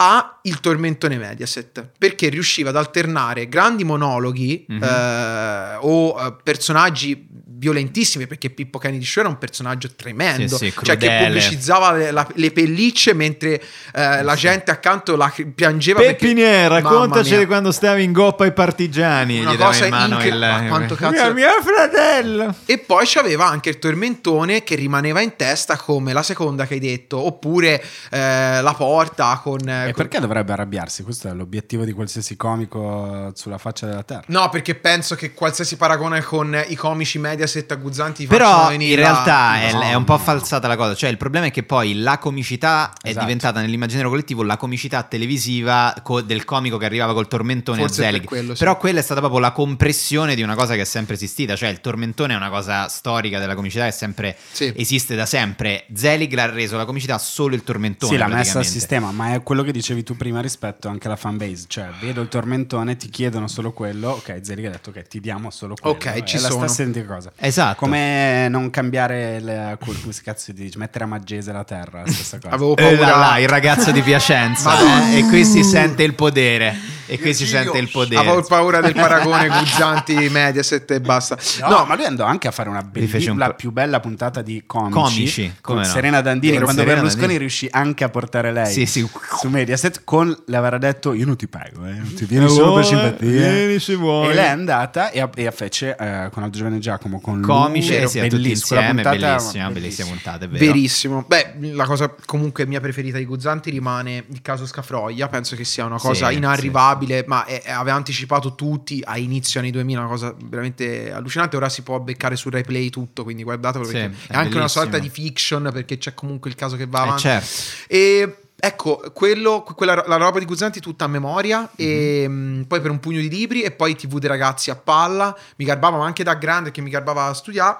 a il tormentone Mediaset perché riusciva ad alternare grandi monologhi Mhm. eh, o eh, personaggi violentissimi perché Pippo Kennedy Show era un personaggio tremendo Sì, sì, cioè che crudele. pubblicizzava le, la- le pellicce mentre eh, la gente accanto la cri- piangeva Peppinier, perché- Mamma raccontaci mia. di quando stavi in goppa ai partigiani. Una gli davi cosa in mano incre- il... ma quanto cazzo- Mio, mio fratello! E poi c'aveva anche il tormentone che rimaneva in testa come la seconda che hai detto, oppure eh, la porta con... eh, E con- perché dovrebbe arrabbiarsi? Questo è l'obiettivo di qualsiasi comico sulla faccia della terra. No, perché penso che qualsiasi paragone con i comici Mediaset agguzzanti Però facciano in venire realtà la- è, No. è un po' falsata la cosa, cioè il problema è che poi la comicità è Esatto. diventata nell'immaginario collettivo la comicità televisiva co- del comico che arrivava col tormentone Forse a per Zelig. quello, sì. Però quella è stata proprio la compressione di una cosa che è sempre esistita, cioè il tormentone è una cosa storica della comicità che è sempre Sì. esiste da sempre. Zelig l'ha reso la comicità solo il tormentone. Sì, l'ha messa al praticamente. sistema, ma è quello che dicevi tu prima rispetto anche alla fanbase. Cioè, vedo il tormentone, ti chiedono solo quello. Ok, Zelig ha detto che ti diamo solo quello. Ok, È ci la sono. stessa identica cosa. Esatto. Come non cambiare le, quel- come si cazzo dice, mettere a maggese la terra, stessa cosa. Avevo Eh, là, Oh, paura. là, il ragazzo di Piacenza Madonna. eh, e qui si sente il potere e qui si sente il potere Avevo paura del paragone Guzzanti Mediaset e basta. No, No, ma lui andò anche a fare una belli- Gli fece un la po- più bella puntata di comici, Comici, con come no. Serena Dandini, Vero, quando Serena Berlusconi Dandini. riuscì anche a portare lei Sì, sì. su Mediaset con l'avrà detto io non ti pago, eh, non ti vieni solo per simpatia. vieni se vuoi. E lei è andata e, a- e a fece eh, con Aldo Giovanni Giacomo, con comici lui, eh vero, sì, a tutti bellissima, insieme, quella puntata, bellissima, bellissima puntata, è vero. Verissimo. Beh, la cosa comunque mia preferita di Guzzanti rimane il caso Scafroglia. Penso che sia una cosa Sì, inarrivabile, ma è- è- aveva anticipato tutti a inizio anni 2000, una cosa veramente allucinante. Ora si può beccare su replay tutto, quindi guardatelo Sì, perché è, è anche una bellissimo. sorta di fiction perché c'è comunque il caso che va Eh, avanti. certo. E ecco, quello, quella, la roba di Guzzanti tutta a memoria, e, mh, poi per un pugno di libri e poi TV dei ragazzi a palla, mi garbava ma anche da grande che mi garbava a studiare,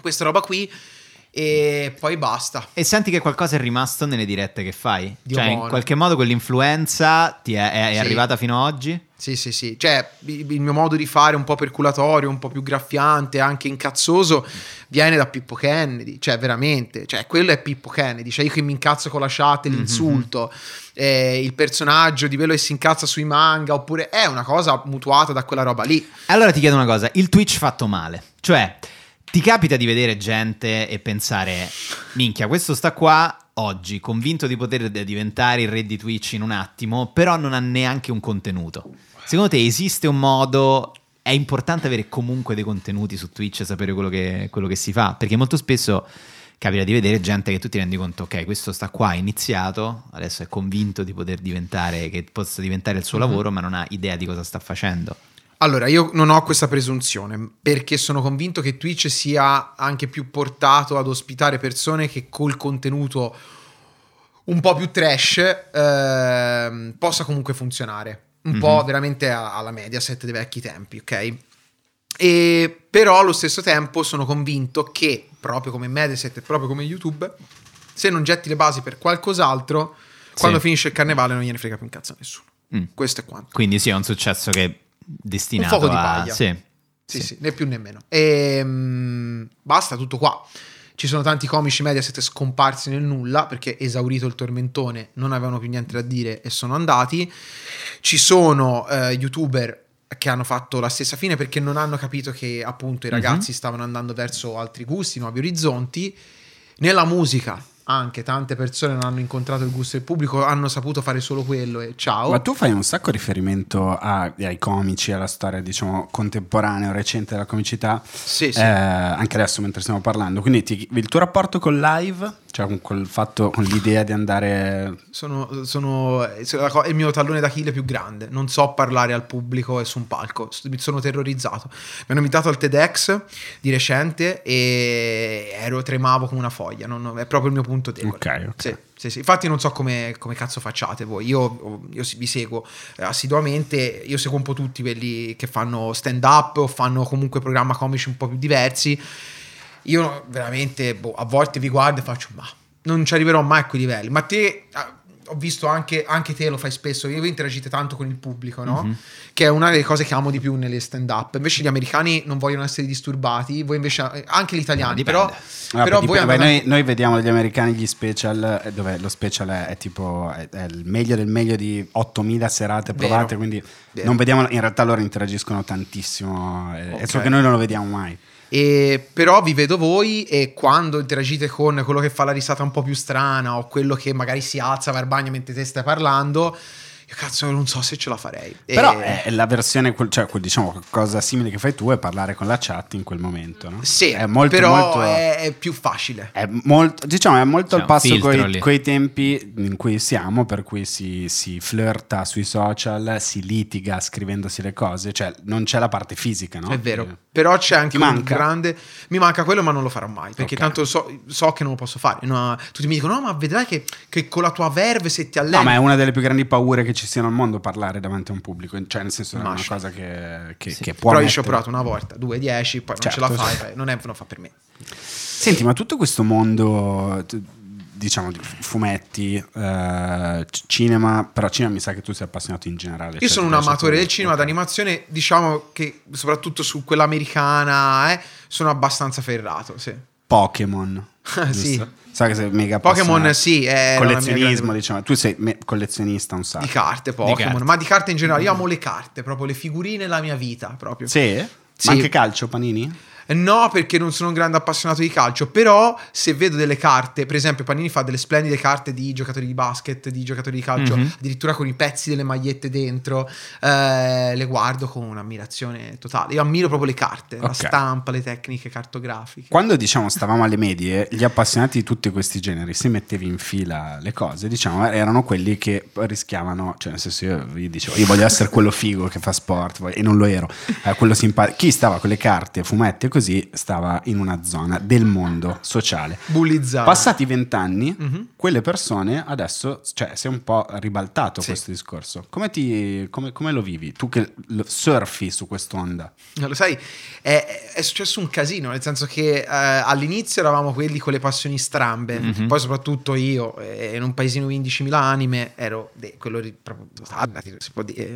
questa roba qui e poi basta. E senti che qualcosa è rimasto nelle dirette che fai? Dio cioè, in buono. qualche modo quell'influenza ti è, è- è Sì. arrivata fino ad oggi? Sì, sì, sì, cioè il il mio modo di fare un po' perculatorio, un po' più graffiante, anche incazzoso, viene da Pippo Kennedy, cioè veramente, cioè quello è Pippo Kennedy, cioè io che mi incazzo con la chat, l'insulto, eh, il personaggio di quello che si incazza sui manga, oppure è una cosa mutuata da quella roba lì. Allora ti chiedo una cosa, il Twitch fatto male. Cioè, ti capita di vedere gente e pensare, minchia, questo sta qua oggi, convinto di poter de- diventare il re di Twitch in un attimo, però non ha neanche un contenuto. Secondo te esiste un modo... È importante avere comunque dei contenuti su Twitch e sapere quello che, quello che si fa, perché molto spesso capita di vedere gente che tu ti rendi conto, ok, questo sta qua, ha iniziato, adesso è convinto di poter diventare, che possa diventare il suo lavoro, ma non ha idea di cosa sta facendo. Allora, io non ho questa presunzione perché sono convinto che Twitch sia anche più portato ad ospitare persone che col contenuto un po' più trash ehm, possa comunque funzionare. un po' veramente a- alla Mediaset dei vecchi tempi, ok? E però allo stesso tempo sono convinto che proprio come Mediaset e proprio come YouTube, se non getti le basi per qualcos'altro, quando finisce il carnevale non gliene frega più un cazzo a nessuno. Mm. Questo è quanto. Quindi sì, è un successo che è destinato Un fuoco di a... paglia. Sì. Sì, sì, né più né meno. Ehm, basta, tutto qua. Ci sono tanti comici media siete scomparsi nel nulla perché esaurito il tormentone non avevano più niente da dire e sono andati. Ci sono eh, youtuber che hanno fatto la stessa fine perché non hanno capito che appunto i Mhm. ragazzi stavano andando verso altri gusti, nuovi orizzonti. Nella musica anche tante persone non hanno incontrato il gusto del pubblico, hanno saputo fare solo quello e ciao. Ma tu fai un sacco riferimento a- ai comici, alla storia diciamo contemporanea o recente della comicità, Sì, sì. eh, anche adesso mentre stiamo parlando. Quindi ti- il tuo rapporto con live, cioè con, col fatto, con l'idea di andare... Sono, sono- è la co- è il mio tallone d'Achille più grande. Non so parlare al pubblico e su un palco. S- Mi sono terrorizzato. Mi hanno invitato al TEDx di recente e ero, tremavo come una foglia. non- non- è proprio il mio punto debole. Ok, ok. Sì, sì, sì. Infatti, non so come, come cazzo facciate voi. Io, io si- vi seguo eh, assiduamente. Io seguo un po' tutti quelli che fanno stand up o fanno comunque programma comici un po' più diversi. Io veramente boh, a volte vi guardo e faccio ma non ci arriverò mai a quei livelli. Ma te ah, ho visto anche, anche te lo fai spesso, io interagite tanto con il pubblico, no? Mhm. Che è una delle cose che amo di più nelle stand up. Invece gli americani non vogliono essere disturbati, voi invece eh, anche gli italiani, però, Ah, però dipende- voi vabbè, andate- noi, noi vediamo gli americani gli special, eh, dove lo special è, è tipo è, è il meglio del meglio di 8000 serate Vero. provate, quindi Vero. non vediamo, in realtà loro interagiscono tantissimo, eh, è solo Ok. che noi non lo vediamo mai. E però vi vedo voi e quando interagite con quello che fa la risata un po' più strana o quello che magari si alza va al bagno mentre te stai parlando, io cazzo non so se ce la farei. E- Però è è la versione, quel- cioè quel, diciamo, qualcosa simile che fai tu è parlare con la chat in quel momento, no? Sì, è molto, però molto, è... è, è più facile. molto, diciamo, è molto C'è al un passo filtro lì. coi, coi tempi in cui siamo, per cui si, si flirta sui social, si litiga scrivendosi le cose, cioè non c'è la parte fisica, no? È vero, però c'è anche Ti un manca? grande. Mi manca quello, ma non lo farò mai perché Ok. tanto so, so che non lo posso fare. No, tutti mi dicono: No, ma vedrai che, che con la tua verve se ti alleni. No, ma è una delle più grandi paure che ci siano al mondo parlare davanti a un pubblico, cioè nel senso è una Immagino. cosa che, che, Sì. che può... però io ci ho mettere- provato una volta, due, dieci, poi non Certo, ce la fai, sì. eh, non, è, non fa per me. Senti, ma tutto questo mondo, t- diciamo, di fumetti, eh, c- cinema, però cinema mi sa che tu sei appassionato in generale. Io cioè, sono ti un piace amatore tutto. del cinema, d'animazione, diciamo che soprattutto su quella americana eh, sono abbastanza ferrato. Sì. Pokémon. Ah, giusto? sì. So che sei mega Pokémon, appassionato. sì, è una mia Collezionismo, grande- diciamo. Tu sei me- collezionista un sacco. Di carte, Pokémon, carte. ma di carte in generale. Io amo le carte, proprio le figurine, è la mia vita. Proprio. Sì? Sì. Ma anche calcio, Panini? No, perché non sono un grande appassionato di calcio, però se vedo delle carte, per esempio Panini fa delle splendide carte di giocatori di basket, di giocatori di calcio, Mhm. addirittura con i pezzi delle magliette dentro, eh, le guardo con un'ammirazione totale. Io ammiro proprio le carte, la Ok. stampa, le tecniche cartografiche. Quando diciamo stavamo alle medie, gli appassionati di tutti questi generi, se mettevi in fila le cose, diciamo, erano quelli che rischiavano, cioè nel senso io vi dicevo, io voglio essere quello figo che fa sport voglio- e non lo ero, eh, quello simpatico. Chi stava con le carte, fumetti e così, stava in una zona del mondo sociale. Bullizzare. Passati vent'anni, Mhm. quelle persone adesso, cioè, si è un po' ribaltato Sì. questo discorso. Come, ti, come, come lo vivi? Tu che l- surfi su quest'onda? Lo sai, è, è successo un casino, nel senso che eh, all'inizio eravamo quelli con le passioni strambe, Mhm. poi soprattutto io, eh, in un paesino di 15.000 anime, ero de- quello di- proprio... andati, si può dire, eh,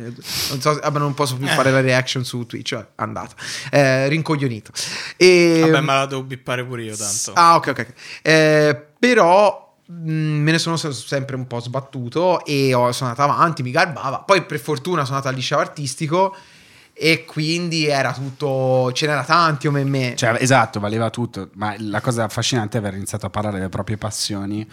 non, so, vabbè, non posso Eh. più fare la reaction su Twitch, è andata, Eh, rincoglionito. E, Vabbè, ma la devo bippare pure io tanto. Ah, ok, ok. ok. Eh, però mh, me ne sono se- sempre un po' sbattuto e ho- sono andato avanti, mi garbava. Poi per fortuna sono andato al liceo artistico e quindi era tutto... ce n'era tanti come me. Cioè, esatto, valeva tutto, ma la cosa affascinante è aver iniziato a parlare delle proprie passioni,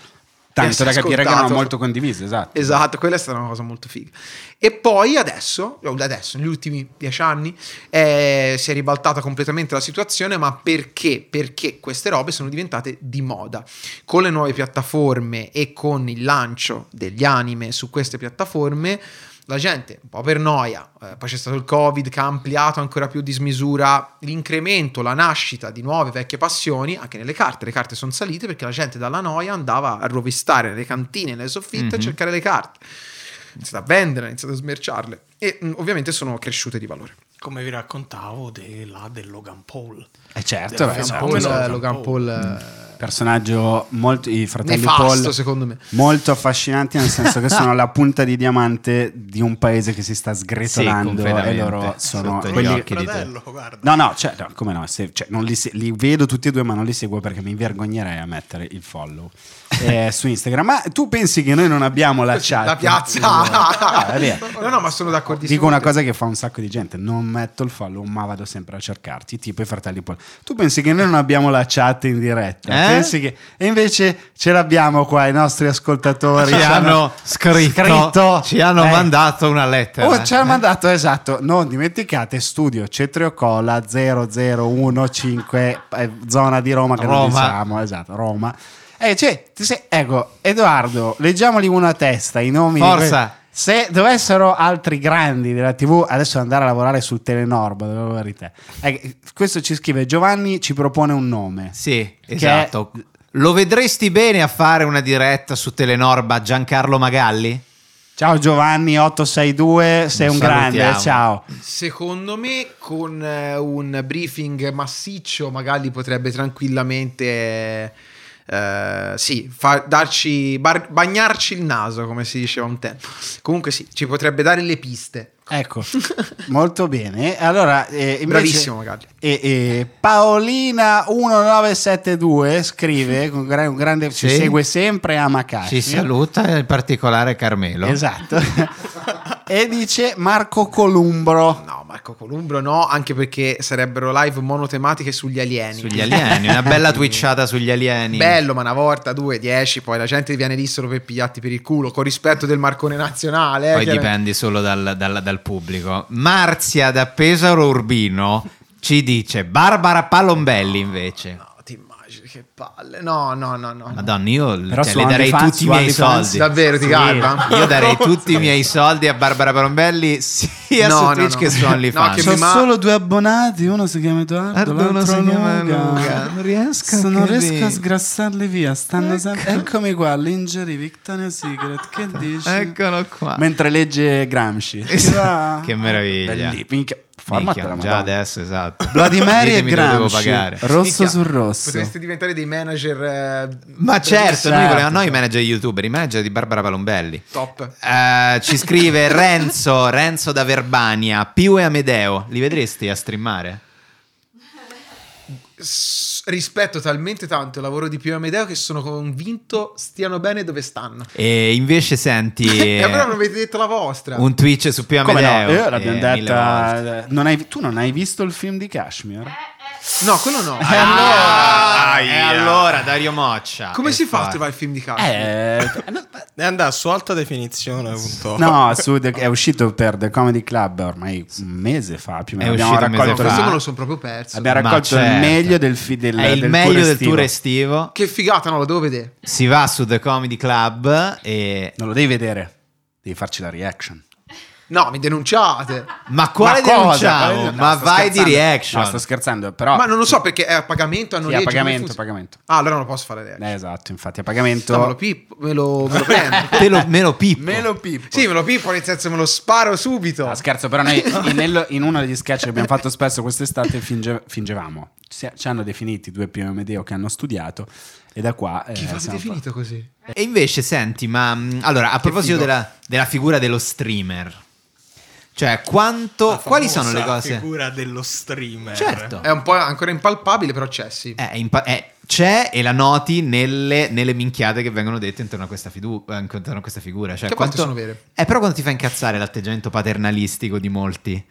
tanto essere da capire che ascoltato. erano molto condivise, esatto. Esatto, quella è stata una cosa molto figa. E poi adesso, o da adesso, negli ultimi dieci anni, eh, si è ribaltata completamente la situazione, ma perché? Perché queste robe sono diventate di moda. Con le nuove piattaforme e con il lancio degli anime su queste piattaforme, la gente, un po' per noia, eh, poi c'è stato il Covid che ha ampliato ancora più a dismisura l'incremento, la nascita di nuove vecchie passioni, anche nelle carte. Le carte sono Mhm. salite perché la gente dalla noia andava a rovistare le cantine, nelle soffitte a cercare le carte. ho iniziato a vendere, ho iniziato a smerciarle e mh, ovviamente sono cresciute di valore. Come vi raccontavo della, del Logan Paul. Eh certo, beh, Del Logan esatto. Paul, Quello, esatto. Logan Paul eh, personaggio molto i fratelli nefasto Paul secondo me. molto affascinanti nel senso che sono la punta di diamante di un paese che si sta sgretolando e completamente. loro sono Sotto gli quelli occhi. Chi di te? Fratello, guarda. No, no, cioè, no, come no? se- cioè, non li, se- li vedo tutti e due, ma non li seguo perché mi vergognerei a mettere il follow eh, su Instagram. Ma tu pensi che noi non abbiamo la chat? la piazza. Ah, vabbè. Eh, no, no, ma sono d'accordissimo. Dico una cosa che fa un sacco di gente: non metto il follow, ma vado sempre a cercarti, tipo i fratelli Paul. Tu pensi che noi non abbiamo la chat in diretta? Eh? Pensi che... E invece ce l'abbiamo qua, i nostri ascoltatori Ci hanno scritto, ci hanno eh. mandato una lettera. Oh, ci ha Eh. mandato esatto. Non dimenticate studio Cetriocola 0015, eh, zona di Roma che non Roma. diciamo, esatto, Roma. Eh, cioè, ti sei- ecco, Edoardo, leggiamoli uno a testa i nomi. di Forza. que- Se dovessero altri grandi della TV adesso andare a lavorare sul Telenorba, dove lavori te? Ecco, questo ci scrive Giovanni ci propone un nome. Sì, esatto. Lo vedresti bene a fare una diretta su Telenorba Giancarlo Magalli? Ciao Giovanni 862, sei Lo un grande, salutiamo. ciao. Secondo me con eh, un briefing massiccio magari potrebbe tranquillamente eh, eh, sì, fa- darci, bar- bagnarci il naso come si diceva un tempo. Comunque sì, ci potrebbe dare le piste. Ecco, molto bene. Allora, eh, invece- Bravissimo Magalli. E, e Paolina 1972 scrive con gra- un grande ci Sì. segue sempre ama Cashmere. Ci saluta in particolare Carmelo. Esatto. e dice Marco Columbro. No, Marco Columbro no, anche perché sarebbero live monotematiche sugli alieni. Sugli alieni, una bella twitchata sugli alieni. Bello, ma una volta, due, dieci, poi la gente viene lì solo per pigliarti per il culo, con rispetto del marcone nazionale. eh, Poi chiaramente. dipendi solo dal, dal- dal pubblico. Marzia da Pesaro Urbino ci dice Barbara Palombelli invece. No, ti immagini che palle. No, no, no, no. Madonna, io Però cioè, su le darei OnlyFans- tutti i su miei OnlyFans- soldi. Davvero, ti garba? Io darei tutti i miei soldi a Barbara Palombelli sia No, su no, Twitch no. che su No, OnlyFans. che mi ma- due abbonati, uno si chiama Edoardo, Non riesco Se a non capire. riesco a sgrassarli via, stanno sempre- Eccomi qua, lingerie Victoria Secret, che dici? Eccolo qua. Mentre legge Gramsci. che meraviglia. Belli, minchia. Cioè, Formatela, Minchia, già madonna. adesso, esatto. Bloody Mary e Ditemi dove devo Gramsci, pagare. rosso Minchia, su rosso. Potreste diventare dei manager. eh, Ma certo, noi Certo, volevamo noi certo. manager youtuber, i manager di Barbara Palombelli. Top. Eh, ci scrive Renzo, Renzo da Verbania, Pio e Amedeo, li vedresti a streamare? S- rispetto talmente tanto il lavoro di Pio e Amedeo che sono convinto stiano bene dove stanno. E invece senti E allora non avete detto la vostra. un Twitch su Pio e Come Amedeo. no? Eh, l'abbiamo eh, mille volte. detta. non hai- tu non hai visto il film di Kashmir? No, quello no. Eh, Ah, e allora Dario Moccia. Come E si fa a fai- trovare il film di casa? Eh, no, E andà su alta definizione. punto. no, su The- è uscito per The Comedy Club ormai un mese fa più o meno. È Abbiamo uscito un mese fa. raccolto, Questo fa. me lo sono proprio perso. abbiamo Ma raccolto il certo. meglio del, fi- del, È il del meglio tour del estivo. tour estivo. Che figata, no, lo devo vedere. Si va su The Comedy Club e Non lo devi vedere, devi farci la reaction. No, mi denunciate. Ma quale cosa? denunciamo? Quale- no, ma sto vai di scherzando. reaction. No, sto scherzando, però. Ma non lo so perché è a pagamento, hanno sì, a pagamento, a pagamento. Ah, allora non lo posso fare adesso. Eh, esatto, infatti a No, me lo pagamento. pippo, me lo, me lo prendo. Te lo- me lo pippo. pippo. sì, me lo pippo, Ah, nel senso me lo sparo subito. No, Ah, scherzo, però noi in, nello- in uno degli sketch che abbiamo fatto spesso quest'estate finge- fingevamo. Si- ci hanno definiti due PMDO che hanno studiato e da qua... eh, Chi fa siamo definito così? E invece, senti, ma mh, allora, a proposito figo. della, della figura dello streamer, cioè quanto. La Quali sono le famosa cose? figura dello streamer. Certo. È un po' ancora impalpabile, però c'è, sì. Eh, impa- eh, c'è e la noti nelle, nelle minchiate che vengono dette intorno a questa, fidu- eh, intorno a questa figura. Cioè, Che a quanto... volte sono vere. Eh, però quando ti fa incazzare l'atteggiamento paternalistico di molti.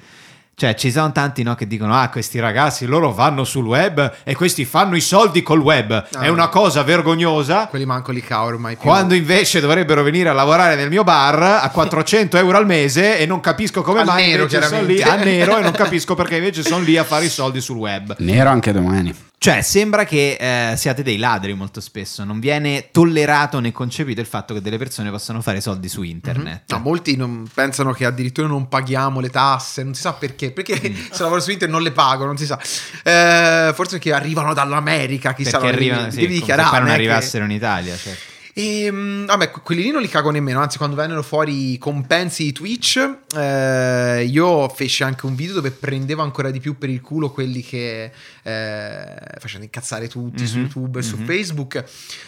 Cioè, ci sono tanti no, che dicono: Ah, questi ragazzi loro vanno sul web e questi fanno i soldi col web. Ah. È una cosa vergognosa. Quelli manco li cavo ormai più. Quando invece dovrebbero venire a lavorare nel mio bar a 400 euro al mese e non capisco come Al mai nero, invece sono lì chiaramente. a nero e non capisco perché invece sono lì a fare i soldi sul web. Nero anche domani. Cioè, sembra che eh, siate dei ladri molto spesso, non viene tollerato né concepito il fatto che delle persone possano fare soldi su internet. Mm-hmm. No, boh, molti non- pensano che addirittura non paghiamo le tasse, non si sa perché, perché se lavoro su internet non le pago, non si sa. Eh, forse perché arrivano dall'america, chissà, Perché non- arrivano, devi, sì, devi come se dichiarare. poi non eh, che- arrivassero in Italia. certo. E E mm, vabbè, que- quelli lì non li cago nemmeno, anzi quando vennero fuori i compensi di Twitch, eh, io feci anche un video dove prendevo ancora di più per il culo quelli che eh, facevano incazzare tutti su Mhm, YouTube e su mhm. Facebook,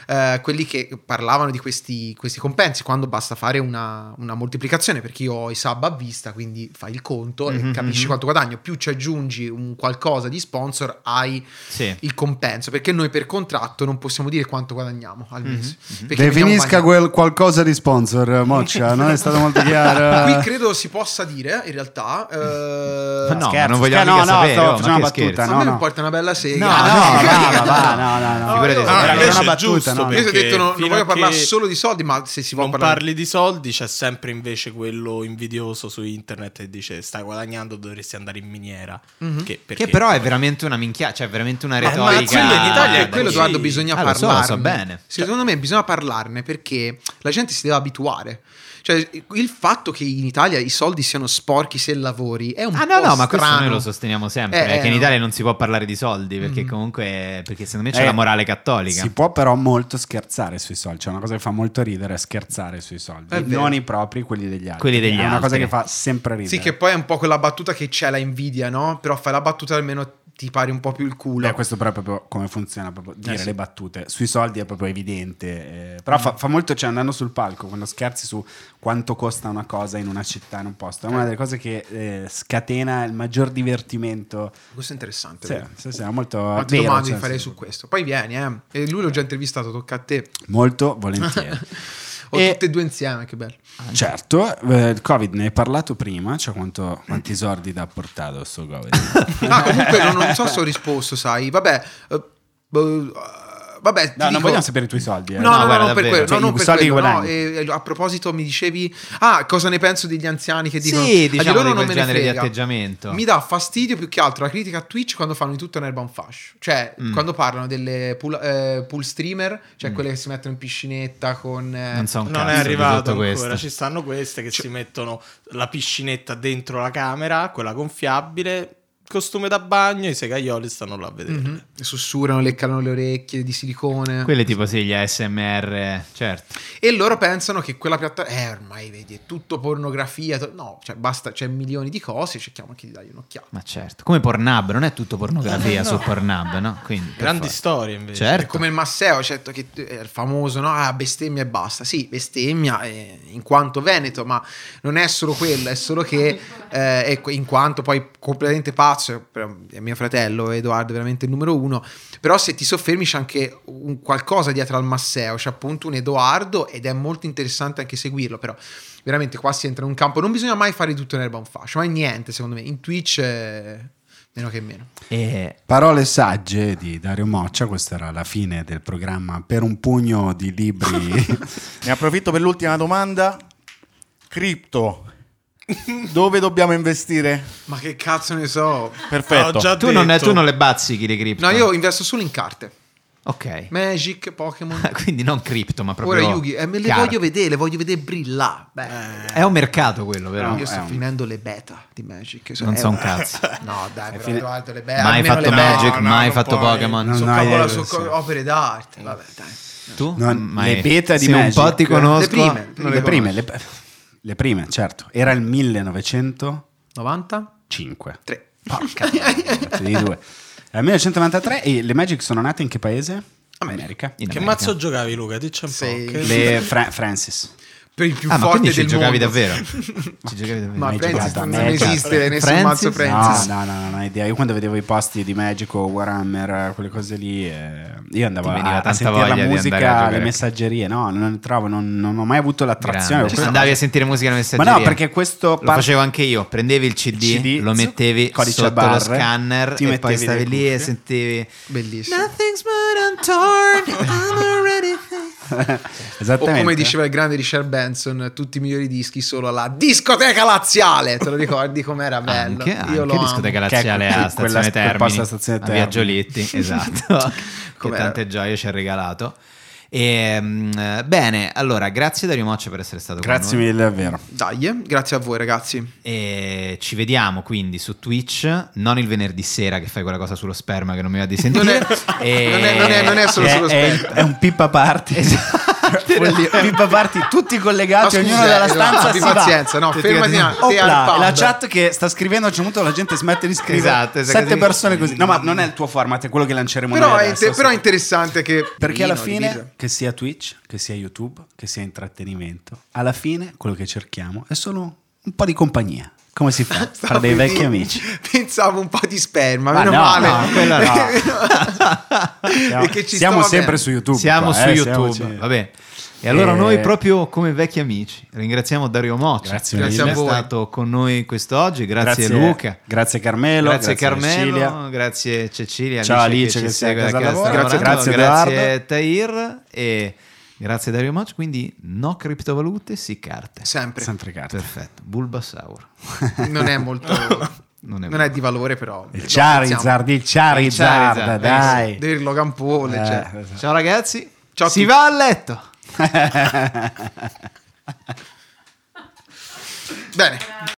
eh, quelli che parlavano di questi, questi compensi, quando basta fare una, una moltiplicazione, perché io ho i sub a vista, quindi fai il conto Mhm, e capisci mhm. quanto guadagno, più ci aggiungi un qualcosa di sponsor, hai Sì. il compenso, perché noi per contratto non possiamo dire quanto guadagniamo al Mhm. mese. perché veniamo Definisca bagnati. quel qualcosa di sponsor, Moccia, non è stato molto chiaro. Qui credo si possa dire, in realtà, eh, Ma no, scherzo, ma non vogliamo scherzo, mica no, no, sapere, stavo oh, ma facendo che una battuta, scherzo. a no, me no. mi porta una bella sega. No, no, no, va, no, no, no. Ah, Figurati se- no, era Eh, invece una è battuta, giusto no, no. Io ti ho perché detto non, non fino voglio a parlare che solo di soldi, ma se si vuole non parlare... parli di soldi, c'è sempre invece quello invidioso su internet e dice stai guadagnando, dovresti andare in miniera. Mhm. Che, perché- Che però è veramente una minchia, cioè è veramente una Ma- retorica. ma quello in Italia è quello, sì. Edoardo, bisogna Ah, lo so, lo parlarne. so bene. Cioè, Secondo me bisogna parlarne perché la gente si deve abituare. Cioè, il fatto che in Italia i soldi siano sporchi se lavori è un Ah po' no, no, ma questo strano. noi lo sosteniamo sempre, Eh, eh, che in no. Italia non si può parlare di soldi, perché Mm. comunque, perché secondo me c'è Eh, la morale cattolica. Si può però molto scherzare sui soldi, cioè una cosa che fa molto ridere è scherzare sui soldi, È vero. non i propri, quelli degli altri. Quelli degli è una cosa altri. che fa sempre ridere. Sì, che poi è un po' quella battuta che c'è la invidia, no? Però fai la battuta almeno ti pari un po' più il culo. Eh, questo però è proprio come funziona proprio Eh, dire sì. le battute sui soldi è proprio evidente eh, però Mm. fa, fa molto cioè andando sul palco quando scherzi su quanto costa una cosa in una città in un posto è una delle cose che eh, scatena il maggior divertimento questo è interessante. sì, vero? sì, sì, è molto Quante vero, domande cioè, ti farei sì, su questo? Poi vieni, eh. E lui l'ho già intervistato, tocca a te. molto volentieri Ah, O E- tutte e due insieme, che bello. certo eh, il covid ne hai parlato prima cioè quanto, quanti sordi ti ha portato sto covid Ah, comunque non, non so se ho risposto, sai. Vabbè, eh, boh, eh, vabbè, ti No, non dico- vogliamo sapere i tuoi soldi. eh. No, no, no, guarda, non per davvero. quello, no, Cioè, non i per soldi quello, no. guadagni. E, a proposito, mi dicevi, ah, cosa ne penso degli anziani che dicono sì, "Ah, diciamo loro di non quel me ne genere di frega". atteggiamento. Mi dà fastidio più che altro la critica a Twitch quando fanno di tutto in erba un fascio. Cioè, Mm. quando parlano delle pool, eh, pool streamer, cioè quelle che si mettono in piscinetta con... eh, non so un Non cazzo è di tutto arrivato ancora, questo. ci stanno queste Cioè che si mettono la piscinetta dentro la camera, quella gonfiabile, costume da bagno, i segaioli stanno là a vederle. mhm, Sussurrano, leccano le orecchie di silicone. Quelli tipo sì, gli ASMR, certo. E loro pensano che quella piattaforma. Eh, ormai vedi, è tutto pornografia. to- No, cioè basta, c'è milioni di cose. Cerchiamo anche di dargli un'occhiata. Ma certo, come Pornhub, non è tutto pornografia su Pornhub, no? Quindi, per Grandi forza. storie invece. Certo. È come il Masseo, certo che è il famoso, no? Ah, bestemmia e basta. Sì, bestemmia eh, in quanto veneto, ma non è solo quello, è solo che eh, è que- in quanto poi completamente pazzo, però è mio fratello Edoardo, è veramente il numero uno. Però se ti soffermi c'è anche un qualcosa dietro al Masseo, c'è appunto un Edoardo ed è molto interessante anche seguirlo, però veramente qua si entra in un campo, non bisogna mai fare di tutto in erba un fascio, ma niente secondo me, in Twitch eh, meno che meno. E Parole sagge di Dario Moccia, questa era la fine del programma per un pugno di libri. Ne approfitto per l'ultima domanda. Cripto. Dove dobbiamo investire? Ma che cazzo ne so? Perfetto. Ah, Ho già tu, non, detto. tu non le bazzichi le cripto? No, io investo solo in carte. Ok. Magic, Pokémon. Quindi non cripto, ma proprio... Ora Yugi, eh, me le carte. voglio vedere, le voglio vedere brillare. Beh, È un mercato quello, vero? io è sto un- finendo le beta di Magic. cioè, Non eh, so un eh, cazzo. No, dai, però fine- Edoardo, le beta. mai eh, almeno fatto le beta. Magic, no, mai non fatto puoi. Pokémon. Non Su No, cavola, eh, su sì. co- opere d'arte. Vabbè, dai. Tu? Non- Mai. le beta di Se Magic. un po' ti conosco... Le prime. Non le prime, le, le prime, certo. Era il 1905. 93. Porca madonna, di due. Era il 1993 e le Magic sono nate in che paese? America. In Che America. mazzo giocavi Luca? Dici un Sì. po'. Che... Le Fra- Francis. Per il più Ah, ma forte quindi ci del giocavi mondo. davvero? ci giocavi davvero? Ma Mai Francis giocato a non Magic. esiste, nessun Francis? mazzo Francis. No, no, no, non ho idea. Io quando vedevo i posti di Magic o Warhammer, eh, quelle cose lì, eh, io andavo Ti veniva a, a tanta sentire voglia la di andare a musica, giocare. le messaggerie. No, non trovo, non, non ho mai avuto l'attrazione. Grande. per quella Andavi a cosa. sentire musica nella Ma messaggeria. no, perché questo Lo facevo anche io, prendevi il CD, Il CD, lo mettevi codice sotto a barre, lo scanner ti e poi mettevi stavi le lì e cuffie. sentivi Bellissimo. Nothing's but untorn, I'm already O Esattamente. come diceva il grande Richard Benson, tutti i migliori dischi solo alla discoteca laziale. Te lo ricordi com'era bello? anche, Io anche lo amo. discoteca laziale Che- a quella- Stazione quel Termini, posto a Stazione a Termini. Viaggio Litti, esatto, che Com'era? tante gioie ci ha regalato. E, mh, bene, allora, grazie Dario Moccia per essere stato Grazie con noi. mille, è vero. Dai, eh, grazie a voi ragazzi. E ci vediamo quindi su Twitch, non il venerdì sera che fai quella cosa sullo sperma che non mi va di Non sentire. è- non è- non è- non è solo è, sullo è- sperma. è un pippa party. Esatto. battere. Pippa Party, tutti collegati, No, ognuno scusa, dalla eh, stanza. abbi si va. pazienza, no, Tutti fermati così. a- te Opla, al pub. la chat che sta scrivendo, a un certo punto la gente smette di scrivere. Esatto, esatto, Sette così. persone così. No, ma non è il tuo format, è quello che lanceremo Però noi è, adesso, inter- però è sì. interessante che Perché alla Vino, di fine, birra. che sia Twitch, che sia YouTube, che sia intrattenimento, alla fine quello che cerchiamo è solo un po' di compagnia. Come si fa? Fra Stavo dei per vecchi dire- amici. Pensavo un po' di sperma, Ma meno no, male. Ah, no, quella no. Siamo, siamo sempre su YouTube. Siamo qua, su eh, YouTube, siamoci- vabbè. E allora Eh. noi proprio come vecchi amici ringraziamo Dario Moccia Grazie che mille. è Grazie a voi. stato con noi quest'oggi, grazie, Luca. Grazie Carmelo. grazie, Carmelo, Cecilia. grazie Cecilia, Ciao Alice che, che ci sei a segue da casa casa, lavoro. grazie, Grazie, grazie, grazie Tahir e grazie Dario Moccia, quindi no criptovalute, sì carte. Sempre. Sempre carte. Perfetto, Bulbasaur. Non è molto... Non non, è è molto. di valore però. Il Charizard, il Charizard, Il Charizard, eh dai. Del Logan Paul, Eh, cioè. Ciao ragazzi, Ciao a si tutti. va a letto. Bene.